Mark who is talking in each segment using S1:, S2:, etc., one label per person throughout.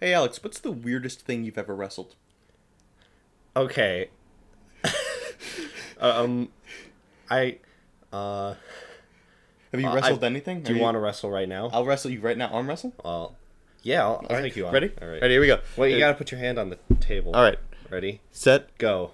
S1: Hey, Alex, what's the weirdest thing you've ever wrestled?
S2: Okay. um, I. Uh,
S1: Have you
S2: Uh, I-
S1: wrestled anything?
S2: do
S1: Are
S2: you want to wrestle right now?
S1: I'll wrestle you right now. Arm wrestle.
S2: I'll, yeah, I'll, I'll take you on.
S1: Ready?
S2: All right.
S1: Ready? Here we go.
S2: Wait, you
S1: Hey,
S2: gotta put your hand on the table.
S1: All right.
S2: Ready?
S1: Set.
S2: Go.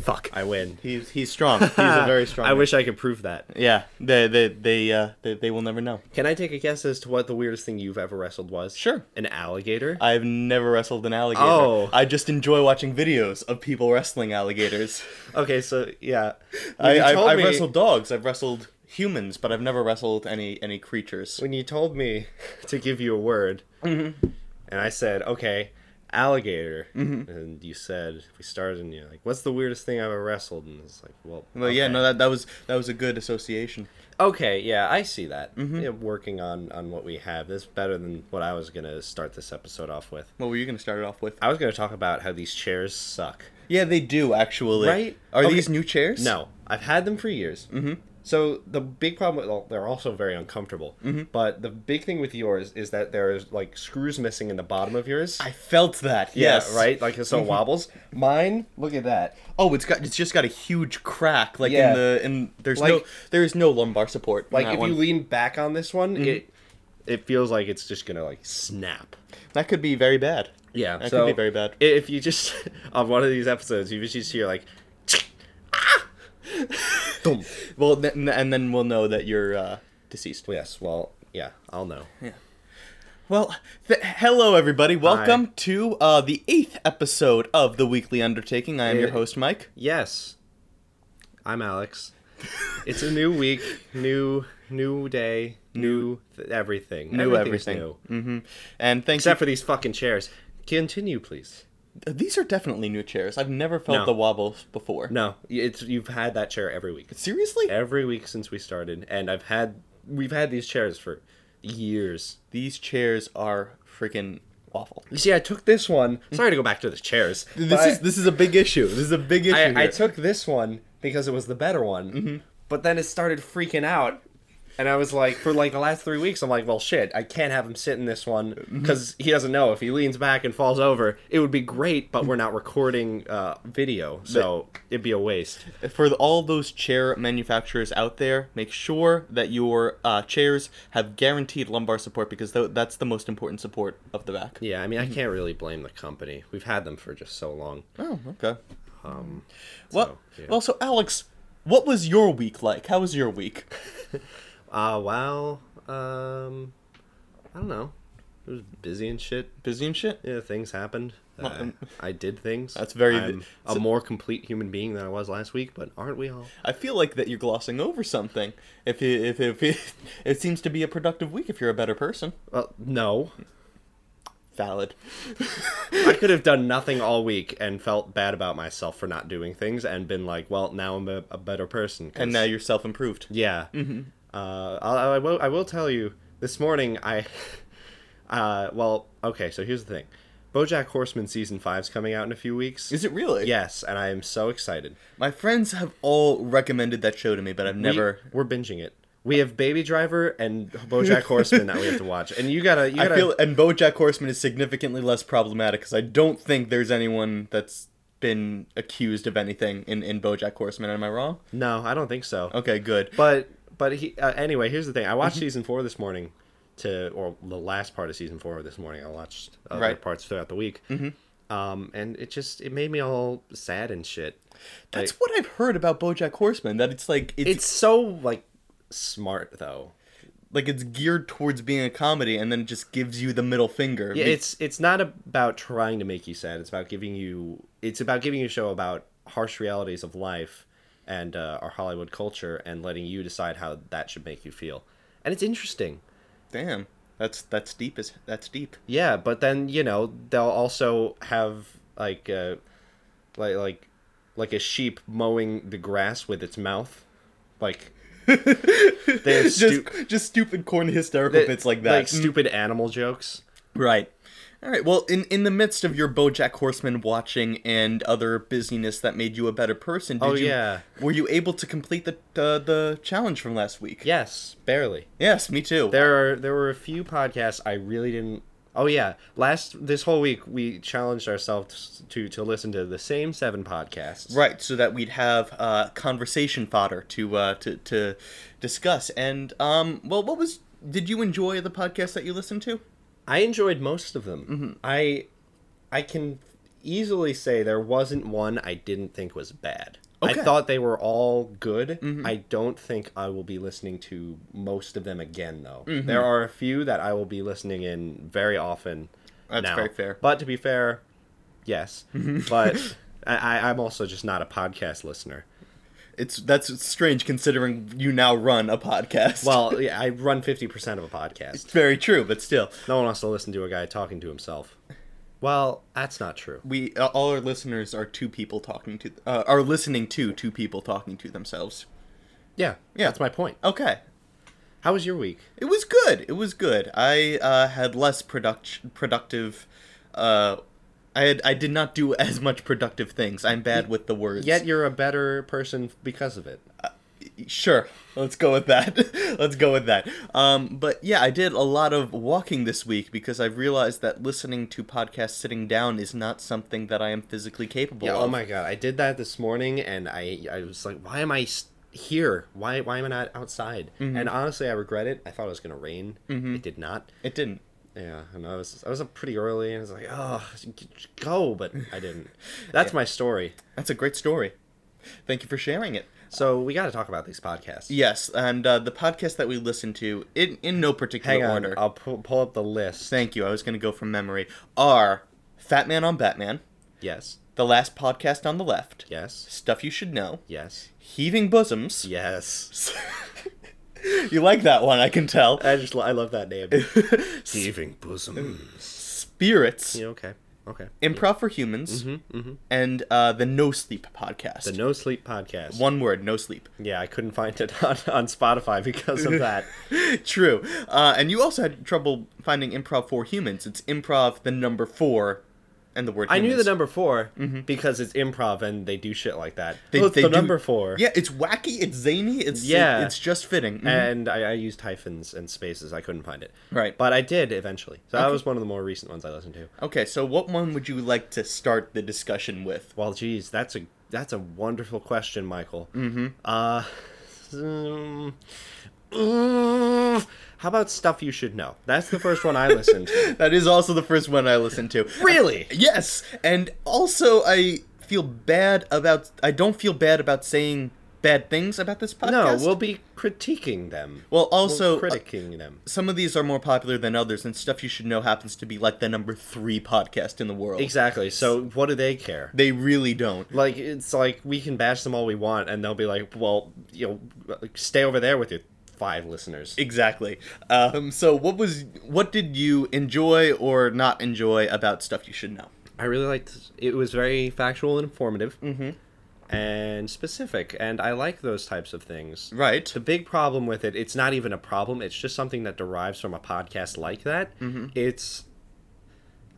S1: Fuck.
S2: I win.
S1: He's he's strong. He's a very strong.
S2: I
S1: man.
S2: wish I could prove that.
S1: Yeah. They they they uh they, they will never know.
S2: Can I take a guess as to what the weirdest thing you've ever wrestled was?
S1: Sure.
S2: An alligator?
S1: I've never wrestled an alligator.
S2: Oh.
S1: I just enjoy watching videos of people wrestling alligators.
S2: okay, so yeah. When
S1: I,
S2: you
S1: I've,
S2: told
S1: I've
S2: me-
S1: wrestled dogs. I've wrestled humans, but I've never wrestled any any creatures.
S2: when you told me to give you a word,
S1: Mm-hmm.
S2: and I said, okay, alligator,
S1: Mm-hmm.
S2: and you said, we started, and you're like, what's the weirdest thing I've ever wrestled? And it's like, well,
S1: Well, yeah,
S2: okay.
S1: no, that, that was that was a good association.
S2: Okay, yeah, I see that.
S1: Mm-hmm.
S2: Yeah, working on on what we have is better than what I was gonna start this episode off with.
S1: What were you going to start it off with?
S2: I was gonna talk about how these chairs suck.
S1: Yeah, they do actually.
S2: Right?
S1: Are
S2: Okay.
S1: these new chairs?
S2: No, I've had them for years. Mm-hmm. So the big problem with well, they're also very uncomfortable. Mm-hmm. But the big thing with yours is that there's like screws missing in the bottom of yours.
S1: I felt that.
S2: Yeah,
S1: Yes.
S2: right. Like so it wobbles. Mine, look at Mm-hmm. that.
S1: Oh, it's got it's just got a huge crack like
S2: Yeah.
S1: in the in there's no
S2: Like-
S1: there is no lumbar support. in
S2: Like
S1: that
S2: if
S1: one.
S2: you lean back on this one, it it feels like it's just gonna like snap.
S1: that could be very bad.
S2: Yeah,
S1: That
S2: so
S1: could be very bad.
S2: i- If you just on one of these episodes, you just hear like, "Ah!" Thump.
S1: Well, then, and then we'll know that you're uh, deceased.
S2: yes, well, yeah, I'll know.
S1: Well, th- hello everybody. Welcome to uh, the eighth episode of the Weekly Undertaking. I am your
S2: Eh.
S1: host, Mike.
S2: Yes, I'm Alex. It's a new week, new new day, new th- everything,
S1: New
S2: Everything's
S1: everything.
S2: new.
S1: Mm-hmm. And thanks.
S2: except for these fucking chairs. Continue, please.
S1: These are definitely new chairs. I've never felt
S2: No.
S1: the wobble before.
S2: No, Eh. it's you've had that chair every week,
S1: Seriously?
S2: every week since we started, and I've had we've had these chairs for years.
S1: These chairs are freaking awful.
S2: You see, I took this one. Sorry to go back to the chairs.
S1: This
S2: but
S1: is this is a big issue. This is a big issue.
S2: I, I
S1: here. Mm-hmm.
S2: took this one because it was the better one, but then it started freaking out. And I was like, for like the last three weeks, I'm like, well, shit, I can't have him sit in this one
S1: Mm-hmm.
S2: because he doesn't know if he leans back and falls over, it would be great, but we're not recording uh, video, so it'd be a waste.
S1: for the- all those chair manufacturers out there, make sure that your uh, chairs have guaranteed lumbar support because tho- that's the most important support of the back.
S2: Yeah, I mean, I can't really blame the company. We've had them for just so long.
S1: Oh, okay.
S2: Um,
S1: Well,
S2: So, yeah.
S1: well, so Alex, what was your week like? How was your week?
S2: uh, well, um, I don't know. It was busy and shit.
S1: Busy and shit.
S2: Yeah, things happened. Uh,
S1: um,
S2: I did things.
S1: That's very-
S2: I'm a
S1: so-
S2: more complete human being than I was last week, but aren't we all?
S1: I feel like that you're glossing over something. If you, if if it, it seems to be a productive week, if you're a better person,
S2: Well, no.
S1: valid.
S2: I could have done nothing all week and felt bad about myself for not doing things and been like, well, now I'm a, a better person. 'cause-
S1: And now you're self improved.
S2: yeah. Mm-hmm. Uh, I'll, I will. I will tell you. This morning, I. Uh, well, okay. So here's the thing. BoJack Horseman season five's coming out in a few weeks.
S1: Is it really?
S2: Yes, and I am so excited.
S1: My friends have all recommended that show to me, but I've never.
S2: We, are binging it. We have Baby Driver and BoJack Horseman that we have to watch, and you gotta, you
S1: I
S2: gotta.
S1: feel and BoJack Horseman is significantly less problematic because I don't think there's anyone that's been accused of anything in in BoJack Horseman. Am I wrong?
S2: no, I don't think so.
S1: Okay, Mm-hmm. good.
S2: But but he uh, anyway. Here's the thing. I watched season four this morning, to or the last part of season four this morning. I watched other
S1: Right. Mm-hmm.
S2: parts throughout the week. Um, and it just it made me all sad and shit.
S1: That's
S2: Like,
S1: what I've heard about BoJack Horseman. That it's like it's,
S2: it's so like smart though.
S1: like it's geared towards being a comedy, and then it just gives you the middle finger.
S2: Yeah, it's it's not about trying to make you sad. It's about giving you. It's about giving you a show about harsh realities of life and uh, our Hollywood culture, and letting you decide how that should make you feel. And it's interesting.
S1: damn. That's that's deep. Is that's deep?
S2: Yeah, but then you know they'll also have like uh, like like like a sheep mowing the grass with its mouth, like. They're
S1: Just
S2: stu-
S1: just stupid, corny, hysterical bits like that.
S2: Like
S1: Mm.
S2: stupid animal jokes.
S1: Right. All right. Well, in in the midst of your BoJack Horseman watching and other busyness that made you a better person, did
S2: Oh,
S1: you,
S2: yeah.
S1: were you able to complete the uh, the challenge from last week?
S2: Yes, barely.
S1: Yes, me too.
S2: There are there were a few podcasts I really didn't Oh yeah, last this whole week we challenged ourselves to to listen to the same seven podcasts.
S1: Right, so that we'd have uh, conversation fodder to uh, to to discuss. And um, well, what was? Did you enjoy the podcast that you listened to?
S2: I enjoyed most of
S1: Mm-hmm.
S2: them. I I can easily say there wasn't one I didn't think was bad.
S1: Okay. Mm-hmm.
S2: I thought they were all good. I don't think I will be listening to most of them again though.
S1: Mm-hmm.
S2: There are a few that I will be listening in very often.
S1: That's
S2: now.
S1: very fair. Mm-hmm.
S2: But to be fair, yes. but I, I- I'm also just not a podcast listener.
S1: It's that's strange considering you now run a podcast.
S2: Well, yeah, I run fifty percent of a podcast.
S1: very true, but still,
S2: No one wants to listen to a guy talking to himself. Well, that's not true.
S1: we uh, all our listeners are two people talking to uh, are listening to two people talking to themselves.
S2: Yeah,
S1: Yeah.
S2: that's my point.
S1: Okay,
S2: How was your week?
S1: It was good. It was good. I uh, had less product productive. Uh, I had I did not do as much productive things. I'm bad with the words.
S2: Yet you're a better person because of it.
S1: sure. Let's go with that. Let's go with that. Um, but yeah, I did a lot of walking this week because I realized that listening to podcasts sitting down is not something that I am physically capable
S2: Yeah,
S1: of.
S2: oh my god, I did that this morning and I I was like, why am I s- here? Why why am I not outside? And honestly, I regret it. I thought it was going to rain. It did not.
S1: It didn't.
S2: Yeah, and I was I was up pretty early and I was like, "Oh, go," but I didn't. That's my story.
S1: That's a great story. Thank you for sharing it.
S2: So, we got to talk about these podcasts.
S1: Yes, and uh, the podcast that we listened to in in no particular
S2: Hang on.
S1: order.
S2: I'll pu- pull up the list.
S1: Thank you. I was going to go from memory. Are Fat Man on Batman,
S2: Yes.
S1: The Last Podcast on the Left,
S2: Yes.
S1: Stuff You Should Know,
S2: Yes.
S1: Heaving Bosoms.
S2: Yes.
S1: you like that one, I can tell.
S2: I just I love that name. Heaving bosoms.
S1: Spirits,
S2: Yeah, okay. Okay.
S1: Improv for Humans, and uh, the No Sleep Podcast.
S2: The No Sleep Podcast.
S1: one word, no sleep.
S2: Yeah, I couldn't find it on, on Spotify because of that.
S1: True. Uh, and you also had trouble finding improv for humans. It's improv, the number four, and the word
S2: I knew the
S1: humans.
S2: number 4 because it's improv and they do shit like that.
S1: Mm-hmm. They-
S2: oh, it's
S1: they
S2: the
S1: do-
S2: number four.
S1: Yeah, it's wacky, it's zany, it's
S2: Yeah. Uh,
S1: it's just fitting. Mhm.
S2: And I, I used hyphens and spaces. I couldn't find it.
S1: Right.
S2: But I did eventually. So that
S1: Okay.
S2: was one of the more recent ones I listened to.
S1: Mm-hmm. Okay, so what one would you like to start the discussion with?
S2: Well, geez, that's a that's a wonderful question, Michael. Mm-hmm. Uh, um, mm, how about stuff you should know? That's the first one I listened to.
S1: That is also the first one I listened to.
S2: Really?
S1: Yes, and also I feel bad about. I don't feel bad about saying bad things about this
S2: No,
S1: podcast.
S2: we'll be critiquing them.
S1: well,
S2: We'll
S1: also uh,
S2: critiquing them.
S1: some of these are more popular than others, and stuff you should know happens to be like the number three podcast in the world.
S2: Exactly. So what do they care?
S1: They really don't.
S2: Like it's like we can bash them all we want, and they'll be like, "Well, you know, stay over there with your five listeners."
S1: Exactly. Um, so, what was what did you enjoy or not enjoy about stuff you should know?
S2: I really liked. It was very factual and informative, and specific, and I like those types of things.
S1: Right.
S2: The big problem with it, it's not even a problem. It's just something that derives from a podcast like that.
S1: Mm-hmm.
S2: It's.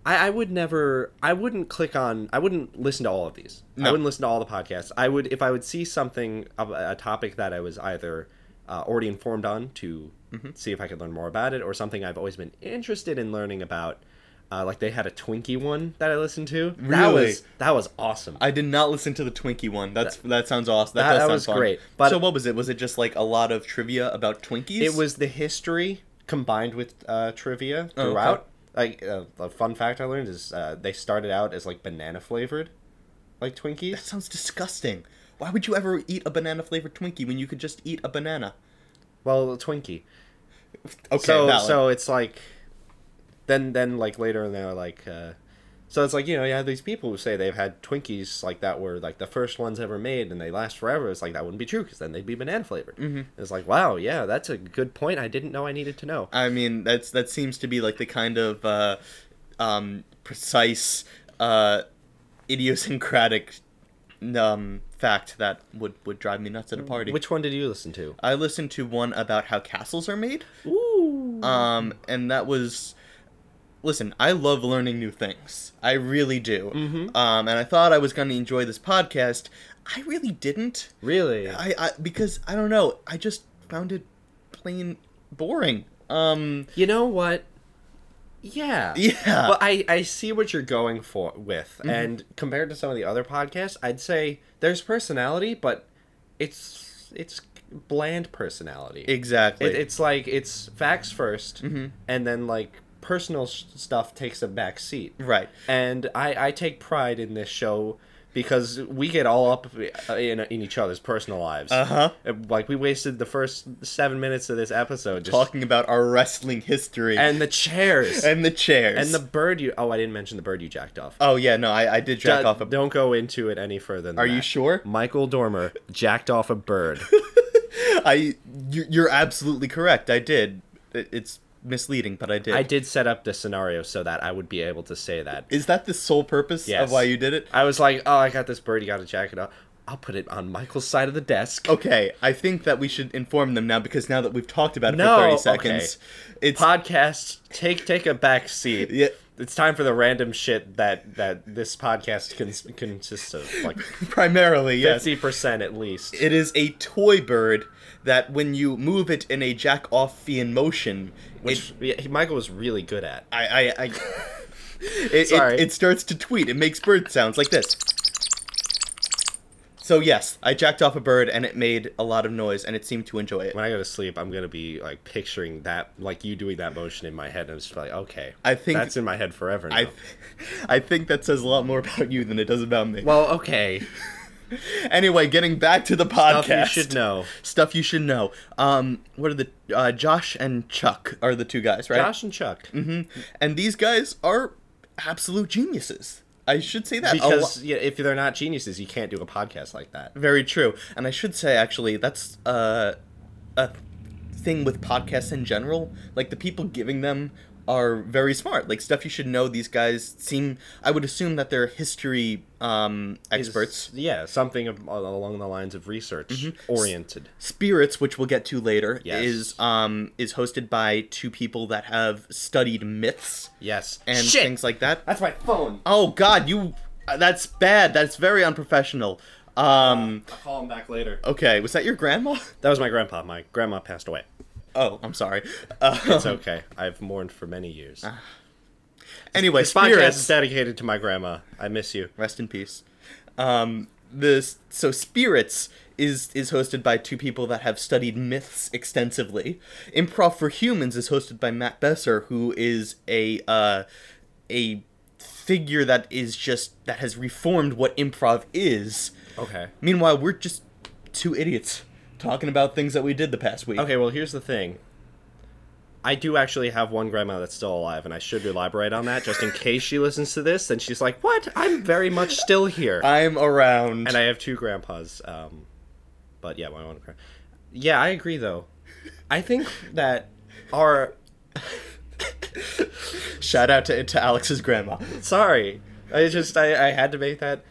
S2: I, I would never. I wouldn't click on. I wouldn't listen to all of these.
S1: No.
S2: I wouldn't listen to all the podcasts. I would if I would see something of a a topic that I was either uh, already informed on to
S1: Mm-hmm.
S2: see if I could learn more about it, or something I've always been interested in learning about. Uh, like they had a Twinkie one that I listened to. That
S1: Really?
S2: was that was awesome.
S1: I did not listen to the Twinkie one. That's that, sounds awesome. That,
S2: That-
S1: does
S2: that
S1: sound
S2: was
S1: fun.
S2: great, but-
S1: so what was it? Was it just like a lot of trivia about Twinkies?
S2: It was the history combined with uh, trivia
S1: Oh, okay.
S2: throughout. Like uh, a fun fact I learned is uh, they started out as like banana flavored, like
S1: That
S2: Twinkies.
S1: sounds disgusting. Why would you ever eat a banana flavored Twinkie when you could just eat a banana?
S2: Well, a Twinkie.
S1: Okay,
S2: so
S1: valid.
S2: so it's like, then then like later in there like, uh, so it's like you know you have these people who say they've had Twinkies like that were like the first ones ever made and they last forever. It's like that wouldn't be true because then they'd be banana flavored.
S1: Mm-hmm.
S2: It's like wow yeah that's a good point I didn't know I needed to know.
S1: I mean that's that seems to be like the kind of uh, um, precise, uh, idiosyncratic um, fact that would would drive me nuts at a party.
S2: Which one did you listen to?
S1: I listened to one about how castles are made.
S2: Ooh.
S1: Um, and that was, listen, I love learning new things. I really do.
S2: Mm-hmm.
S1: Um, and I thought I was going to enjoy this podcast. I really didn't.
S2: Really?
S1: I, I because I don't know. I just found it plain boring. Um,
S2: You know what? Yeah.
S1: Yeah. Mm-hmm.
S2: But I, I see what you're going for with. And compared to some of the other podcasts, I'd say there's personality, but it's it's bland personality.
S1: Exactly. Mm-hmm.
S2: It, it's like it's facts 1st and then like personal s stuff takes a back seat.
S1: Right.
S2: And I I take pride in this show because we get all up uh, in in each other's personal lives. Uh,
S1: Uh-huh.
S2: Like we wasted the first seven minutes of this episode just
S1: Talking about our wrestling history
S2: and the chairs
S1: and the chairs
S2: and the bird you oh I didn't mention the bird you jacked off.
S1: oh yeah no I, I did jack
S2: Do-
S1: off a
S2: Don't go into it any further. Than
S1: Are you
S2: that.
S1: sure?
S2: Michael Dormer jacked off a bird.
S1: I you, you're absolutely correct I did It- it's misleading but I did
S2: I did set up the scenario so that I would be able to say that.
S1: is that the sole purpose
S2: Yes.
S1: of why you did it
S2: I was like, oh, I got this bird. You got to jack it off. I'll put it on Michael's side of the desk.
S1: Okay, I think that we should inform them now because now that we've talked about it
S2: No,
S1: for 30
S2: okay.
S1: seconds, it's
S2: Podcast, take take a back seat.
S1: Yeah.
S2: It's time for the random shit that that this podcast cons- consists of, like
S1: primarily, yes.
S2: fifty percent at least.
S1: It is a toy bird that when you move it in a jack offian motion,
S2: which
S1: it,
S2: yeah, he- Michael was really good at.
S1: I, I, I it,
S2: Sorry.
S1: it, it starts to tweet. It makes bird sounds like this. So, yes, I jacked off a bird and it made a lot of noise and it seemed to enjoy it.
S2: When I go to sleep, I'm gonna be like picturing that, like you doing that motion in my head, and I'm just like, okay,
S1: I think-
S2: that's in my head forever now.
S1: I, I think that says a lot more about you than it does about me.
S2: well, okay,
S1: anyway, getting back to the podcast.
S2: stuff you should know.
S1: stuff you should know. Um, what are the uh, Josh and Chuck are the two guys, right?
S2: Josh and Chuck,
S1: hmm And these guys are absolute geniuses. I should say that a lo-
S2: because yeah, if they're not geniuses, you can't do a podcast like that.
S1: very true. And I should say actually that's uh, a thing with podcasts in general. Like the people giving them are very smart. Like stuff you should know. These guys seem. I would assume that they're history um,
S2: is-
S1: experts. Mm-hmm.
S2: yeah, something of, al- along the lines of research oriented.
S1: Spirits, which we'll get to later,
S2: Yes.
S1: is um is hosted by two people that have studied myths.
S2: Yes.
S1: and
S2: Shit!
S1: things like that.
S2: That's my phone.
S1: Oh God, you. uh, That's bad. That's very unprofessional. Um.
S2: I'll call him back later.
S1: Okay, was that your grandma?
S2: That was my grandpa. My grandma passed away.
S1: Oh, I'm sorry. Uh,
S2: It's okay. I've mourned for many years.
S1: anyway,
S2: this podcast
S1: Ah. spirits.
S2: is dedicated to my grandma. I miss you.
S1: Rest in peace. Um. This so spirits is is hosted by two people that have studied myths extensively. Improv for Humans is hosted by Matt Besser, who is a uh a figure that is just that has reformed what improv is.
S2: Okay.
S1: Meanwhile, we're just two idiots talking about things that we did the past week.
S2: Okay, well, here's the thing. I do actually have one grandma that's still alive, and I should elaborate on that just in case she listens to this and she's like, What? I'm very much still here.
S1: I'm around.
S2: and I have two grandpas. Um, but yeah, my one grandpa. Yeah, I agree, though. I think that our.
S1: Shout out to to Alex's grandma.
S2: Sorry. I just. I, I had to make that.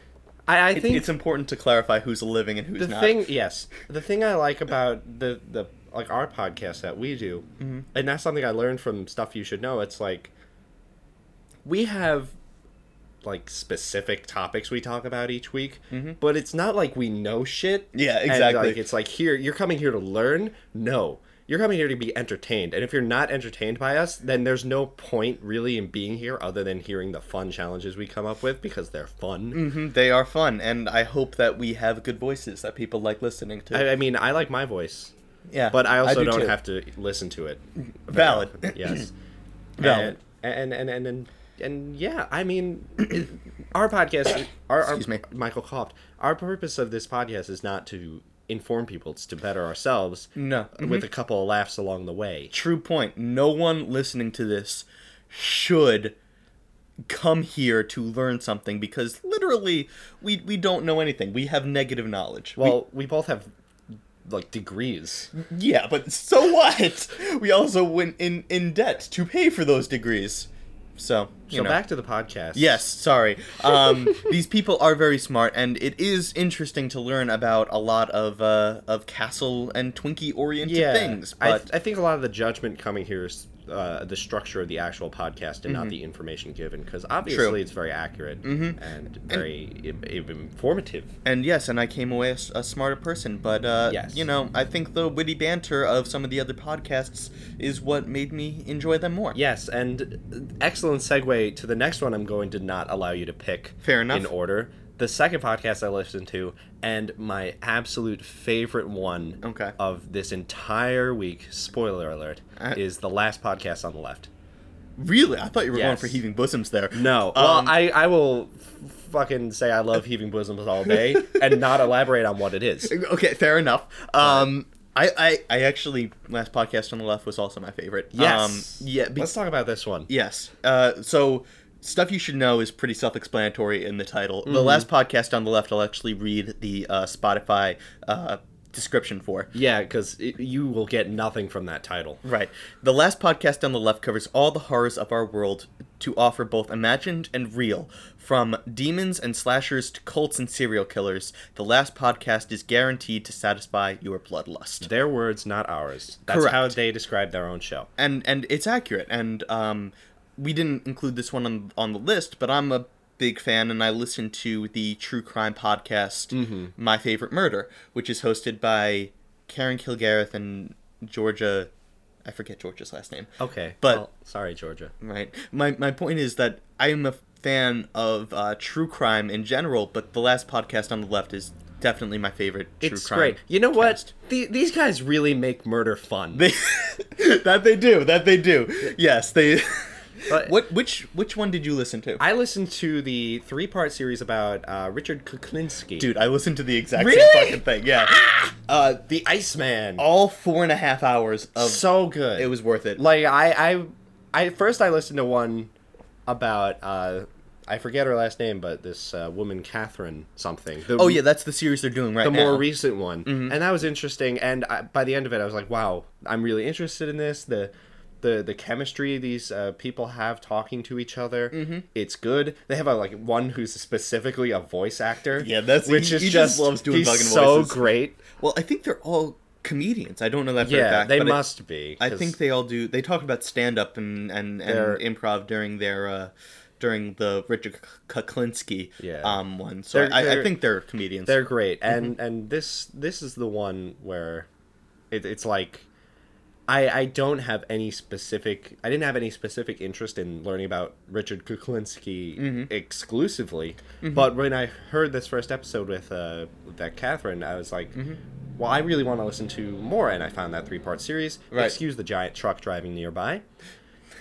S2: I, I think.
S1: It's important to clarify who's living and who's
S2: the
S1: not.
S2: thing yes the thing i like about the the like our podcast that we do
S1: Mm-hmm.
S2: and that's something i learned from stuff you should know it's like we have like specific topics we talk about each week but it's not like we know shit
S1: Mm-hmm. Yeah,
S2: and,
S1: exactly.
S2: like it's like here you're coming here to learn no you're coming here to be entertained and if you're not entertained by us then there's no point really in being here other than hearing the fun challenges we come up with because they're fun
S1: Mhm, they are fun, and I hope that we have good voices that people like listening to.
S2: I, I mean i like my voice
S1: yeah,
S2: but I also
S1: do
S2: do not
S1: too.
S2: have to listen to it.
S1: Valid.
S2: yes.
S1: Valid.
S2: And and and and, and yeah, I mean, it- our podcast, our, our
S1: Excuse me.
S2: Michael coughed. Our purpose of this podcast is not to inform people; it's to better ourselves.
S1: No.
S2: with a couple of laughs along the way.
S1: True point. No one listening to this should come here to learn something because literally we we don't know anything. We have negative knowledge. We-
S2: Well, we, both have like degrees.
S1: Yeah, but so what? We also went in in debt to pay for those degrees. So, you
S2: So
S1: know.
S2: back to the podcast.
S1: Yes, sorry. Um, these people are very smart, and it is interesting to learn about a lot of uh, of castle and Twinkie oriented things.
S2: I,
S1: But
S2: I think a lot of the judgment coming here is uh, the structure of the actual podcast and not the information given because obviously it's very accurate Mm-hmm. and very i- i- informative.
S1: And yes, and I came away a, s- a smarter person. But uh,
S2: Yes.
S1: you know, I think the witty banter of some of the other podcasts is what made me enjoy them more.
S2: Yes, and uh, excellent segue to the next one. I'm going to not allow you to pick.
S1: Fair enough.
S2: In order, the second podcast I listened to, and my absolute favorite one
S1: Okay.
S2: of this entire week. Spoiler alert:
S1: Uh,
S2: is the last podcast on the left.
S1: Really, I thought you were going
S2: Yes.
S1: for heaving bosoms there.
S2: No.
S1: Um,
S2: well, I I will f- fucking say I love heaving bosoms all day and not elaborate on what it is.
S1: Okay, fair enough. Um, I, I, I actually last podcast on the left was also my favorite.
S2: Yes.
S1: Um, yeah. be-
S2: Let's talk about this one.
S1: yes. Uh, so stuff you should know is pretty self-explanatory in the title. The last podcast on the left, I'll actually read the uh, Spotify uh, description for.
S2: Yeah, because you will get nothing from that title.
S1: Right. The last podcast on the left covers all the horrors of our world to offer both imagined and real. From demons and slashers to cults and serial killers, the last podcast is guaranteed to satisfy your bloodlust.
S2: Their words, not ours. That's
S1: Correct.
S2: how they describe their own show.
S1: and and it's accurate. And um, we didn't include this one on on the list, but I'm a big fan, and I listen to the true crime podcast,
S2: Mm-hmm.
S1: My Favorite Murder, which is hosted by Karen Kilgareth and Georgia. I forget Georgia's last name.
S2: Okay.
S1: But-
S2: well, sorry, Georgia.
S1: Right. My my point is that I am a fan of uh, true crime in general, but the last podcast on the left is definitely my favorite true
S2: It's
S1: crime.
S2: great. You know what?
S1: cast.
S2: The, these guys really make murder fun.
S1: They, that they do. That they do. Yes, they.
S2: But-
S1: what which which one did you listen to?
S2: I listened to the three-part series about uh, Richard Kuklinski,
S1: Dude, I listened to the exact
S2: Really?
S1: same fucking thing. Yeah. Uh,
S2: the Iceman.
S1: all four and a half hours of
S2: so good.
S1: it was worth it.
S2: like I, I, I first I listened to one about uh, I forget her last name, but this uh, woman Catherine something. The-
S1: Oh yeah, Mm-hmm. that's the series they're doing right
S2: the
S1: now.
S2: more recent one, and that was interesting. And I, by the end of it, I was like, "Wow, I'm really interested in this." The the the chemistry these uh, people have talking to each other,
S1: Mm-hmm.
S2: it's good. They have a, like one who's specifically a voice actor.
S1: Yeah, that's-
S2: which
S1: he-
S2: is
S1: he
S2: just,
S1: just loves doing
S2: he's
S1: fucking
S2: so
S1: voices.
S2: great.
S1: well, I think they're all comedians. I don't know that for
S2: Yeah,
S1: a fact.
S2: they
S1: but it-
S2: must be.
S1: I
S2: 'cause
S1: think they all do. They talk about stand up and and,
S2: They're-
S1: and improv during their uh, during the Richard K- Kuklinski
S2: Yeah.
S1: um one. So
S2: They're-
S1: I, I
S2: they're-
S1: think they're comedians.
S2: they're great and and this this is the one where it, it's like i i don't have any specific i didn't have any specific interest in learning about richard kuklinski exclusively but when i heard this first episode with uh that catherine i was like well i really want to listen to more and i found that three part series
S1: Right.
S2: excuse the giant truck driving nearby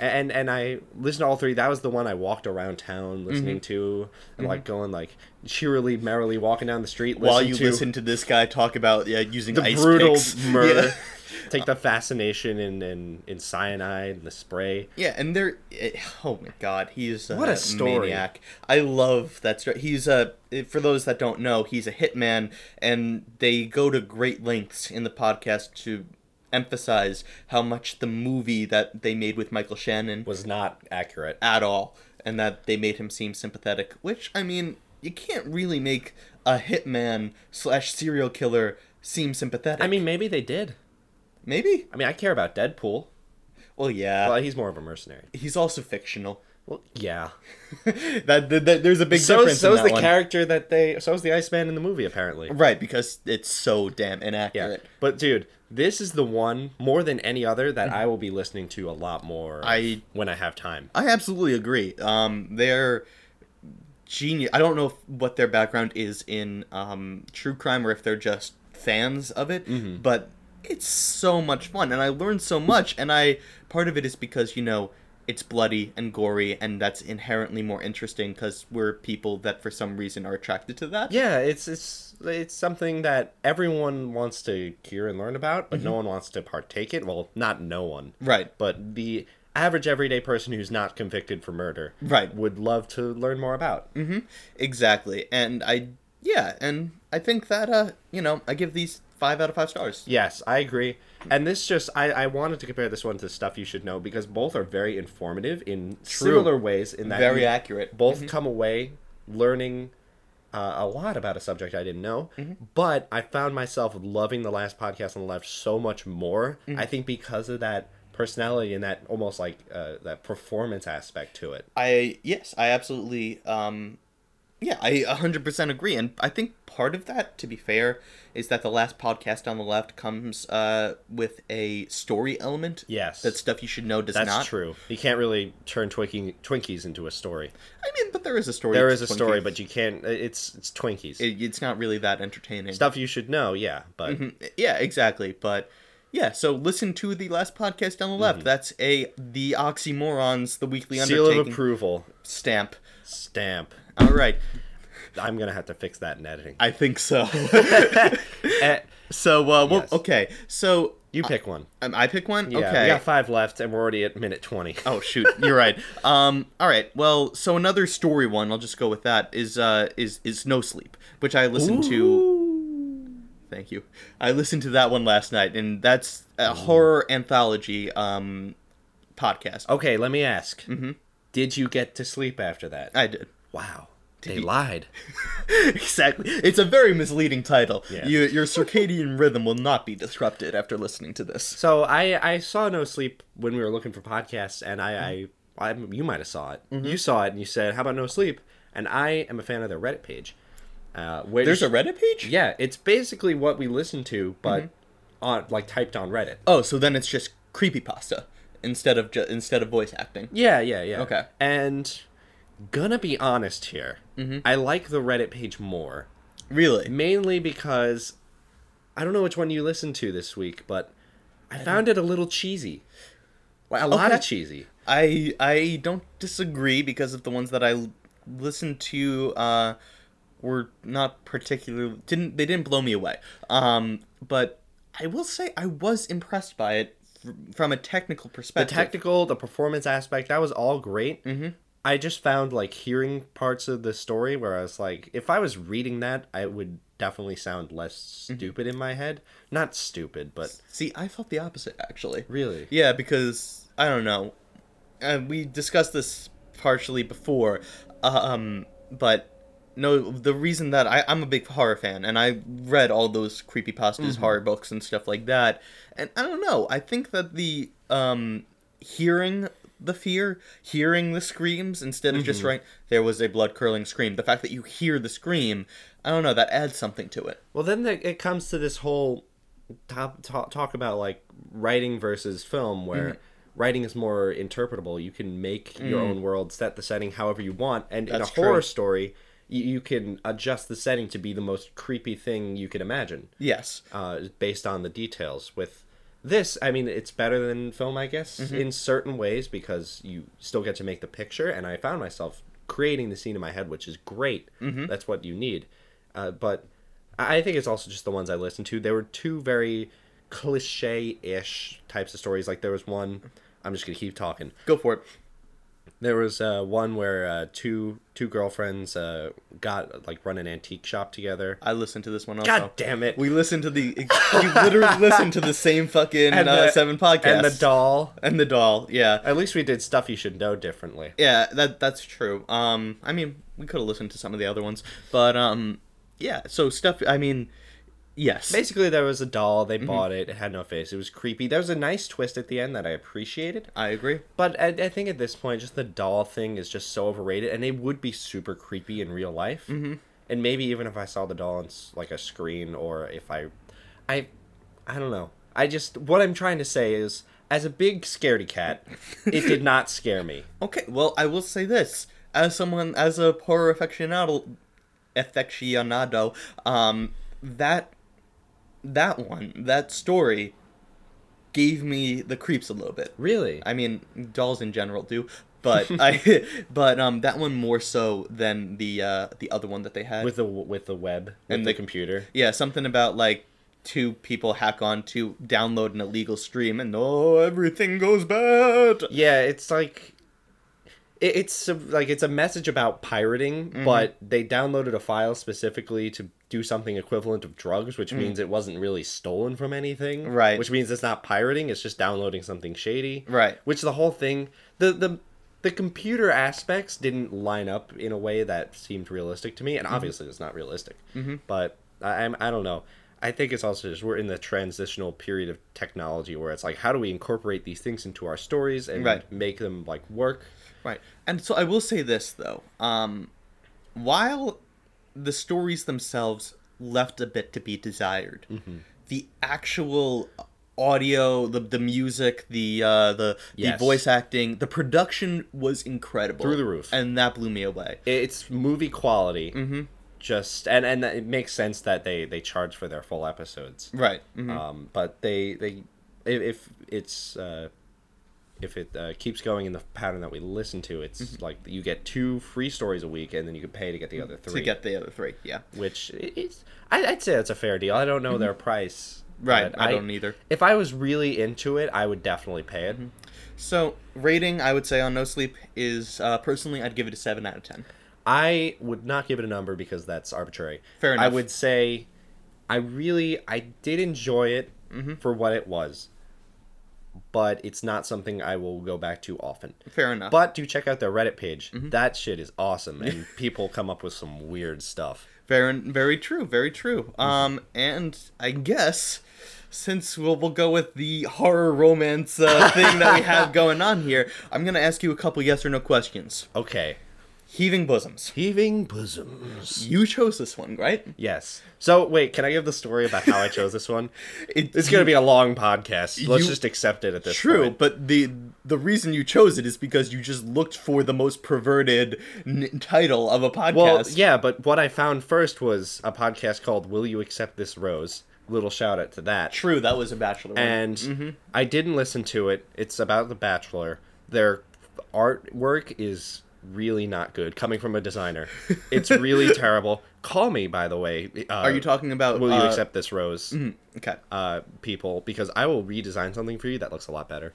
S2: and and I listened to all three. That was the one I walked around
S1: Mm-hmm.
S2: town listening to, and like going like cheerily, merrily walking down the street.
S1: While you
S2: to
S1: listen to this guy talk about yeah using
S2: the
S1: ice
S2: brutal
S1: picks.
S2: murder,
S1: Yeah.
S2: take the fascination in, in in cyanide and the spray.
S1: Yeah, and they're eh, oh my god, he's a
S2: What a story.
S1: maniac. I love that story. He's a eh, for those that don't know, he's a hitman, and they go to great lengths in the podcast to emphasize how much the movie that they made with Michael Shannon
S2: Was not accurate.
S1: at all, and that they made him seem sympathetic. Which I mean, you can't really make a hitman slash serial killer seem sympathetic.
S2: I mean, maybe they did.
S1: maybe.
S2: I mean, I care about Deadpool.
S1: Well, yeah,
S2: Well, he's more of a mercenary.
S1: he's also fictional.
S2: Well, yeah.
S1: that, that, that- there's a big
S2: So
S1: difference. in
S2: so's
S1: that
S2: the
S1: one.
S2: character that they so's the Iceman in the movie apparently.
S1: Right, because it's so damn
S2: Yeah.
S1: inaccurate.
S2: But dude, this is the one more than any other that I will be listening to a lot more
S1: Mm-hmm. I-
S2: when I have time.
S1: I absolutely agree. Um, they're genius. I don't know if, what their background is in um, true crime or if they're just fans of it,
S2: Mm-hmm.
S1: but it's so much fun, and I learned so much. And I part of it is because you know it's bloody and gory, and that's inherently more interesting because we're people that for some reason are attracted to that.
S2: Yeah, it's it's it's something that everyone wants to hear and learn about, but no one wants to partake it. Well, not no one.
S1: Mm-hmm. Right.
S2: But the average everyday person who's not convicted for murder
S1: Right. Mm-hmm.
S2: would love to learn more about.
S1: Exactly. And I yeah, and I think that uh, you know, I give these five out of five stars.
S2: Yes, I agree. And this just I, I wanted to compare this one to stuff you should know because both are very informative in similar ways in that
S1: Very
S2: you
S1: accurate.
S2: both come away learning uh, a lot about a subject I didn't know,
S1: Mm-hmm. Mm-hmm.
S2: but I found myself loving the last podcast on the left so much more. I think because of that personality and that almost like uh, that performance aspect to it.
S1: I yes, I absolutely um yeah, I 100% agree and I think part of that to be fair is that the last podcast on the left comes uh with a story element.
S2: Yes.
S1: That stuff you should know does
S2: That's
S1: not.
S2: true. You can't really turn Twinkie, Twinkies into a story.
S1: I mean, but there is a story.
S2: There
S1: to
S2: is a story,
S1: Twinkies.
S2: but you can't. It's it's Twinkies
S1: it, Mm-hmm. it's not really that entertaining. Mm,
S2: stuff you should know. Yeah, but
S1: Yeah, exactly. But yeah, so listen to the last podcast on the left. That's a the oxymorons, the weekly
S2: Mm-hmm. seal of
S1: undertaking
S2: approval
S1: stamp.
S2: stamp.
S1: All right,
S2: I'm gonna have to fix that in editing.
S1: I think so.
S2: Eh,
S1: so, uh, well,
S2: Yes.
S1: okay. So
S2: you pick one.
S1: um, I pick one.
S2: Yeah,
S1: okay.
S2: we got five left, and we're already at minute twenty.
S1: Oh shoot, you're right. Um, all right. Well, so another story one. I'll just go with that. Is uh is is no sleep, which I listened to. Thank you. I listened to that one last night, and that's a horror anthology um podcast.
S2: Okay, let me ask. Did you get to sleep after that?
S1: Mm-hmm. I did.
S2: wow, they lied.
S1: exactly. It's a very misleading title.
S2: Yeah.
S1: You, your circadian rhythm will not be disrupted after listening to this.
S2: So I I saw No Sleep when we were looking for podcasts, and I I, I you might have saw it.
S1: Mm-hmm.
S2: You saw it, and you said, "How about No Sleep?" And I am a fan of their Reddit page. Uh, which,
S1: There's a Reddit page?
S2: yeah, it's basically what we listen to, but
S1: Mm-hmm.
S2: on like typed on Reddit.
S1: Oh, so then it's just creepypasta instead of ju- instead of voice acting.
S2: Yeah, yeah, yeah.
S1: Okay.
S2: And gonna be honest here,
S1: Mm-hmm.
S2: I like the Reddit page more.
S1: Really?
S2: mainly because I don't know which one you listened to this week, but I found it a little cheesy, like a lot
S1: Okay.
S2: of cheesy.
S1: I I don't disagree because of the ones that I l- listened to uh were not particularly didn't they didn't blow me away. Um but I will say I was impressed by it fr- from a technical
S2: The
S1: perspective.
S2: technical, the performance aspect, that was all great. Mm-hmm. I just found like hearing parts of the story where I was like, if I was reading that, I would definitely sound less stupid in my head. Not stupid, but
S1: See, I thought the opposite actually.
S2: really,
S1: Yeah, because I don't know. Uh, we discussed this partially before, um, but no, the reason that I, I'm a big horror fan and I read all those creepypastas, horror books, and stuff like that, and I don't know. I think that the um, hearing the fear, hearing the screams instead of just right, there was a blood curdling scream. The fact that you hear the scream, I don't know, that adds something to it.
S2: Well, then the, it comes to this whole top, talk, talk about like writing versus film, where
S1: Mm-hmm.
S2: writing is more interpretable. You can make your own world, set the setting however you want, and in
S1: Mm.
S2: a
S1: That's true.
S2: horror story, you, you can adjust the setting to be the most creepy thing you can imagine,
S1: Yes.
S2: uh, based on the details. With this, I mean, it's better than film, I guess, in certain ways because you still get to make the picture. And I found myself creating the scene in my head, which is great. That's what you need. Uh, but I I think it's also just the ones I listened to. There were two very cliche ish types of stories. Like there was one, I'm just going to keep talking.
S1: Go for it.
S2: There was uh, one where uh, two two girlfriends uh, got like run an antique shop together.
S1: I listened to this one also.
S2: God damn it!
S1: We listened to the you literally listened to the same fucking uh,
S2: the-
S1: seven podcast
S2: and the doll.
S1: and the doll. Yeah,
S2: At least we did stuff you should know differently.
S1: yeah, that that's true. Um, I mean, we could have listened to some of the other ones, but um, yeah. So stuff. I mean, yes,
S2: Basically, there was a doll. They bought it. It had no face. It was creepy. There was a nice twist at the end that I appreciated.
S1: I agree.
S2: But I, I think at this point, just the doll thing is just so overrated, and it would be super creepy in real life. Mm-hmm. And maybe even if I saw the doll on s- like a screen, or if I, I, I don't know. I just what I'm trying to say is, as a big scaredy cat, it did not scare me.
S1: Okay, well, I will say this as someone as a horror aficionado, aficionado, um, that that one that story gave me the creeps a little bit.
S2: Really,
S1: I mean, dolls in general do, but I, but um, that one more so than the uh, the other one that they had.
S2: with the w- with the web
S1: And
S2: and the
S1: the-
S2: computer.
S1: yeah, something about like two people hack on to download an illegal stream, and oh, everything goes bad.
S2: Yeah, it's like it, it's a, like it's a message about pirating,
S1: Mm-hmm.
S2: but they downloaded a file specifically to do something equivalent of drugs, which means it wasn't really stolen from anything.
S1: Mm. Right.
S2: Which means it's not pirating, it's just downloading something shady.
S1: Right.
S2: Which the whole thing the the the computer aspects didn't line up in a way that seemed realistic to me, and obviously it's not realistic. Mm-hmm. But I, I'm I don't know. I- I think it's also just we're in the transitional period of technology where it's like, how do we incorporate these things into our stories and
S1: Right.
S2: make them like work?
S1: Right. And so I will say this though. Um while the stories themselves left a bit to be desired,
S2: Mm-hmm.
S1: the actual audio, the the music, the uh the
S2: Yes.
S1: the voice acting, the production was incredible.
S2: Through the roof.
S1: And that blew me away.
S2: It's movie quality. Mm-hmm. Just and and it makes sense that they they charge for their full episodes.
S1: Right. Mhm.
S2: Um, but they they if, if it's uh, if it uh, keeps going in the pattern that we listen to, it's
S1: Mm-hmm.
S2: like you get two free stories a week, and then you can pay to get the other three.
S1: To get the other three. Yeah.
S2: which is I, I'd say that's a fair deal. I don't know their price.
S1: Mm-hmm. Right,
S2: but
S1: I don't either. Mm-hmm.
S2: If I was really into it, I would definitely pay it.
S1: So rating I would say on No Sleep is uh personally I'd give it a seven out of ten.
S2: I would not give it a number because that's arbitrary.
S1: Fair
S2: I
S1: enough.
S2: would say I really I did enjoy it
S1: Mm-hmm.
S2: for what it was. But it's not something I will go back to often.
S1: Fair enough.
S2: But do check out their Reddit page.
S1: Mm-hmm.
S2: That shit is awesome and people come up with some weird stuff.
S1: Very, very true. Very true. Um, and I guess since we'll we'll go with the horror romance uh, thing that we have going on here, I'm gonna ask you a couple yes or no questions.
S2: Okay.
S1: Heaving bosoms.
S2: Heaving bosoms.
S1: You chose this one, right?
S2: Yes. So wait, can I give the story about how I chose this one?
S1: It-
S2: It's gonna be a long podcast. Let's
S1: You-
S2: just accept it at this
S1: True,
S2: point.
S1: but the the reason you chose it is because you just looked for the most perverted n- title of a podcast.
S2: Well, yeah, but what I found first was a podcast called "Will You Accept This Rose." Little shout out to that.
S1: True, that was a bachelor. one.
S2: And
S1: Mm-hmm.
S2: I didn't listen to it. It's about The Bachelor. Their artwork is really not good, coming from a designer. It's really terrible. Call me, by the way. Uh,
S1: Are you talking about?
S2: Will you
S1: uh,
S2: accept this rose?
S1: Okay.
S2: Uh, people, because I will redesign something for you that looks a lot better.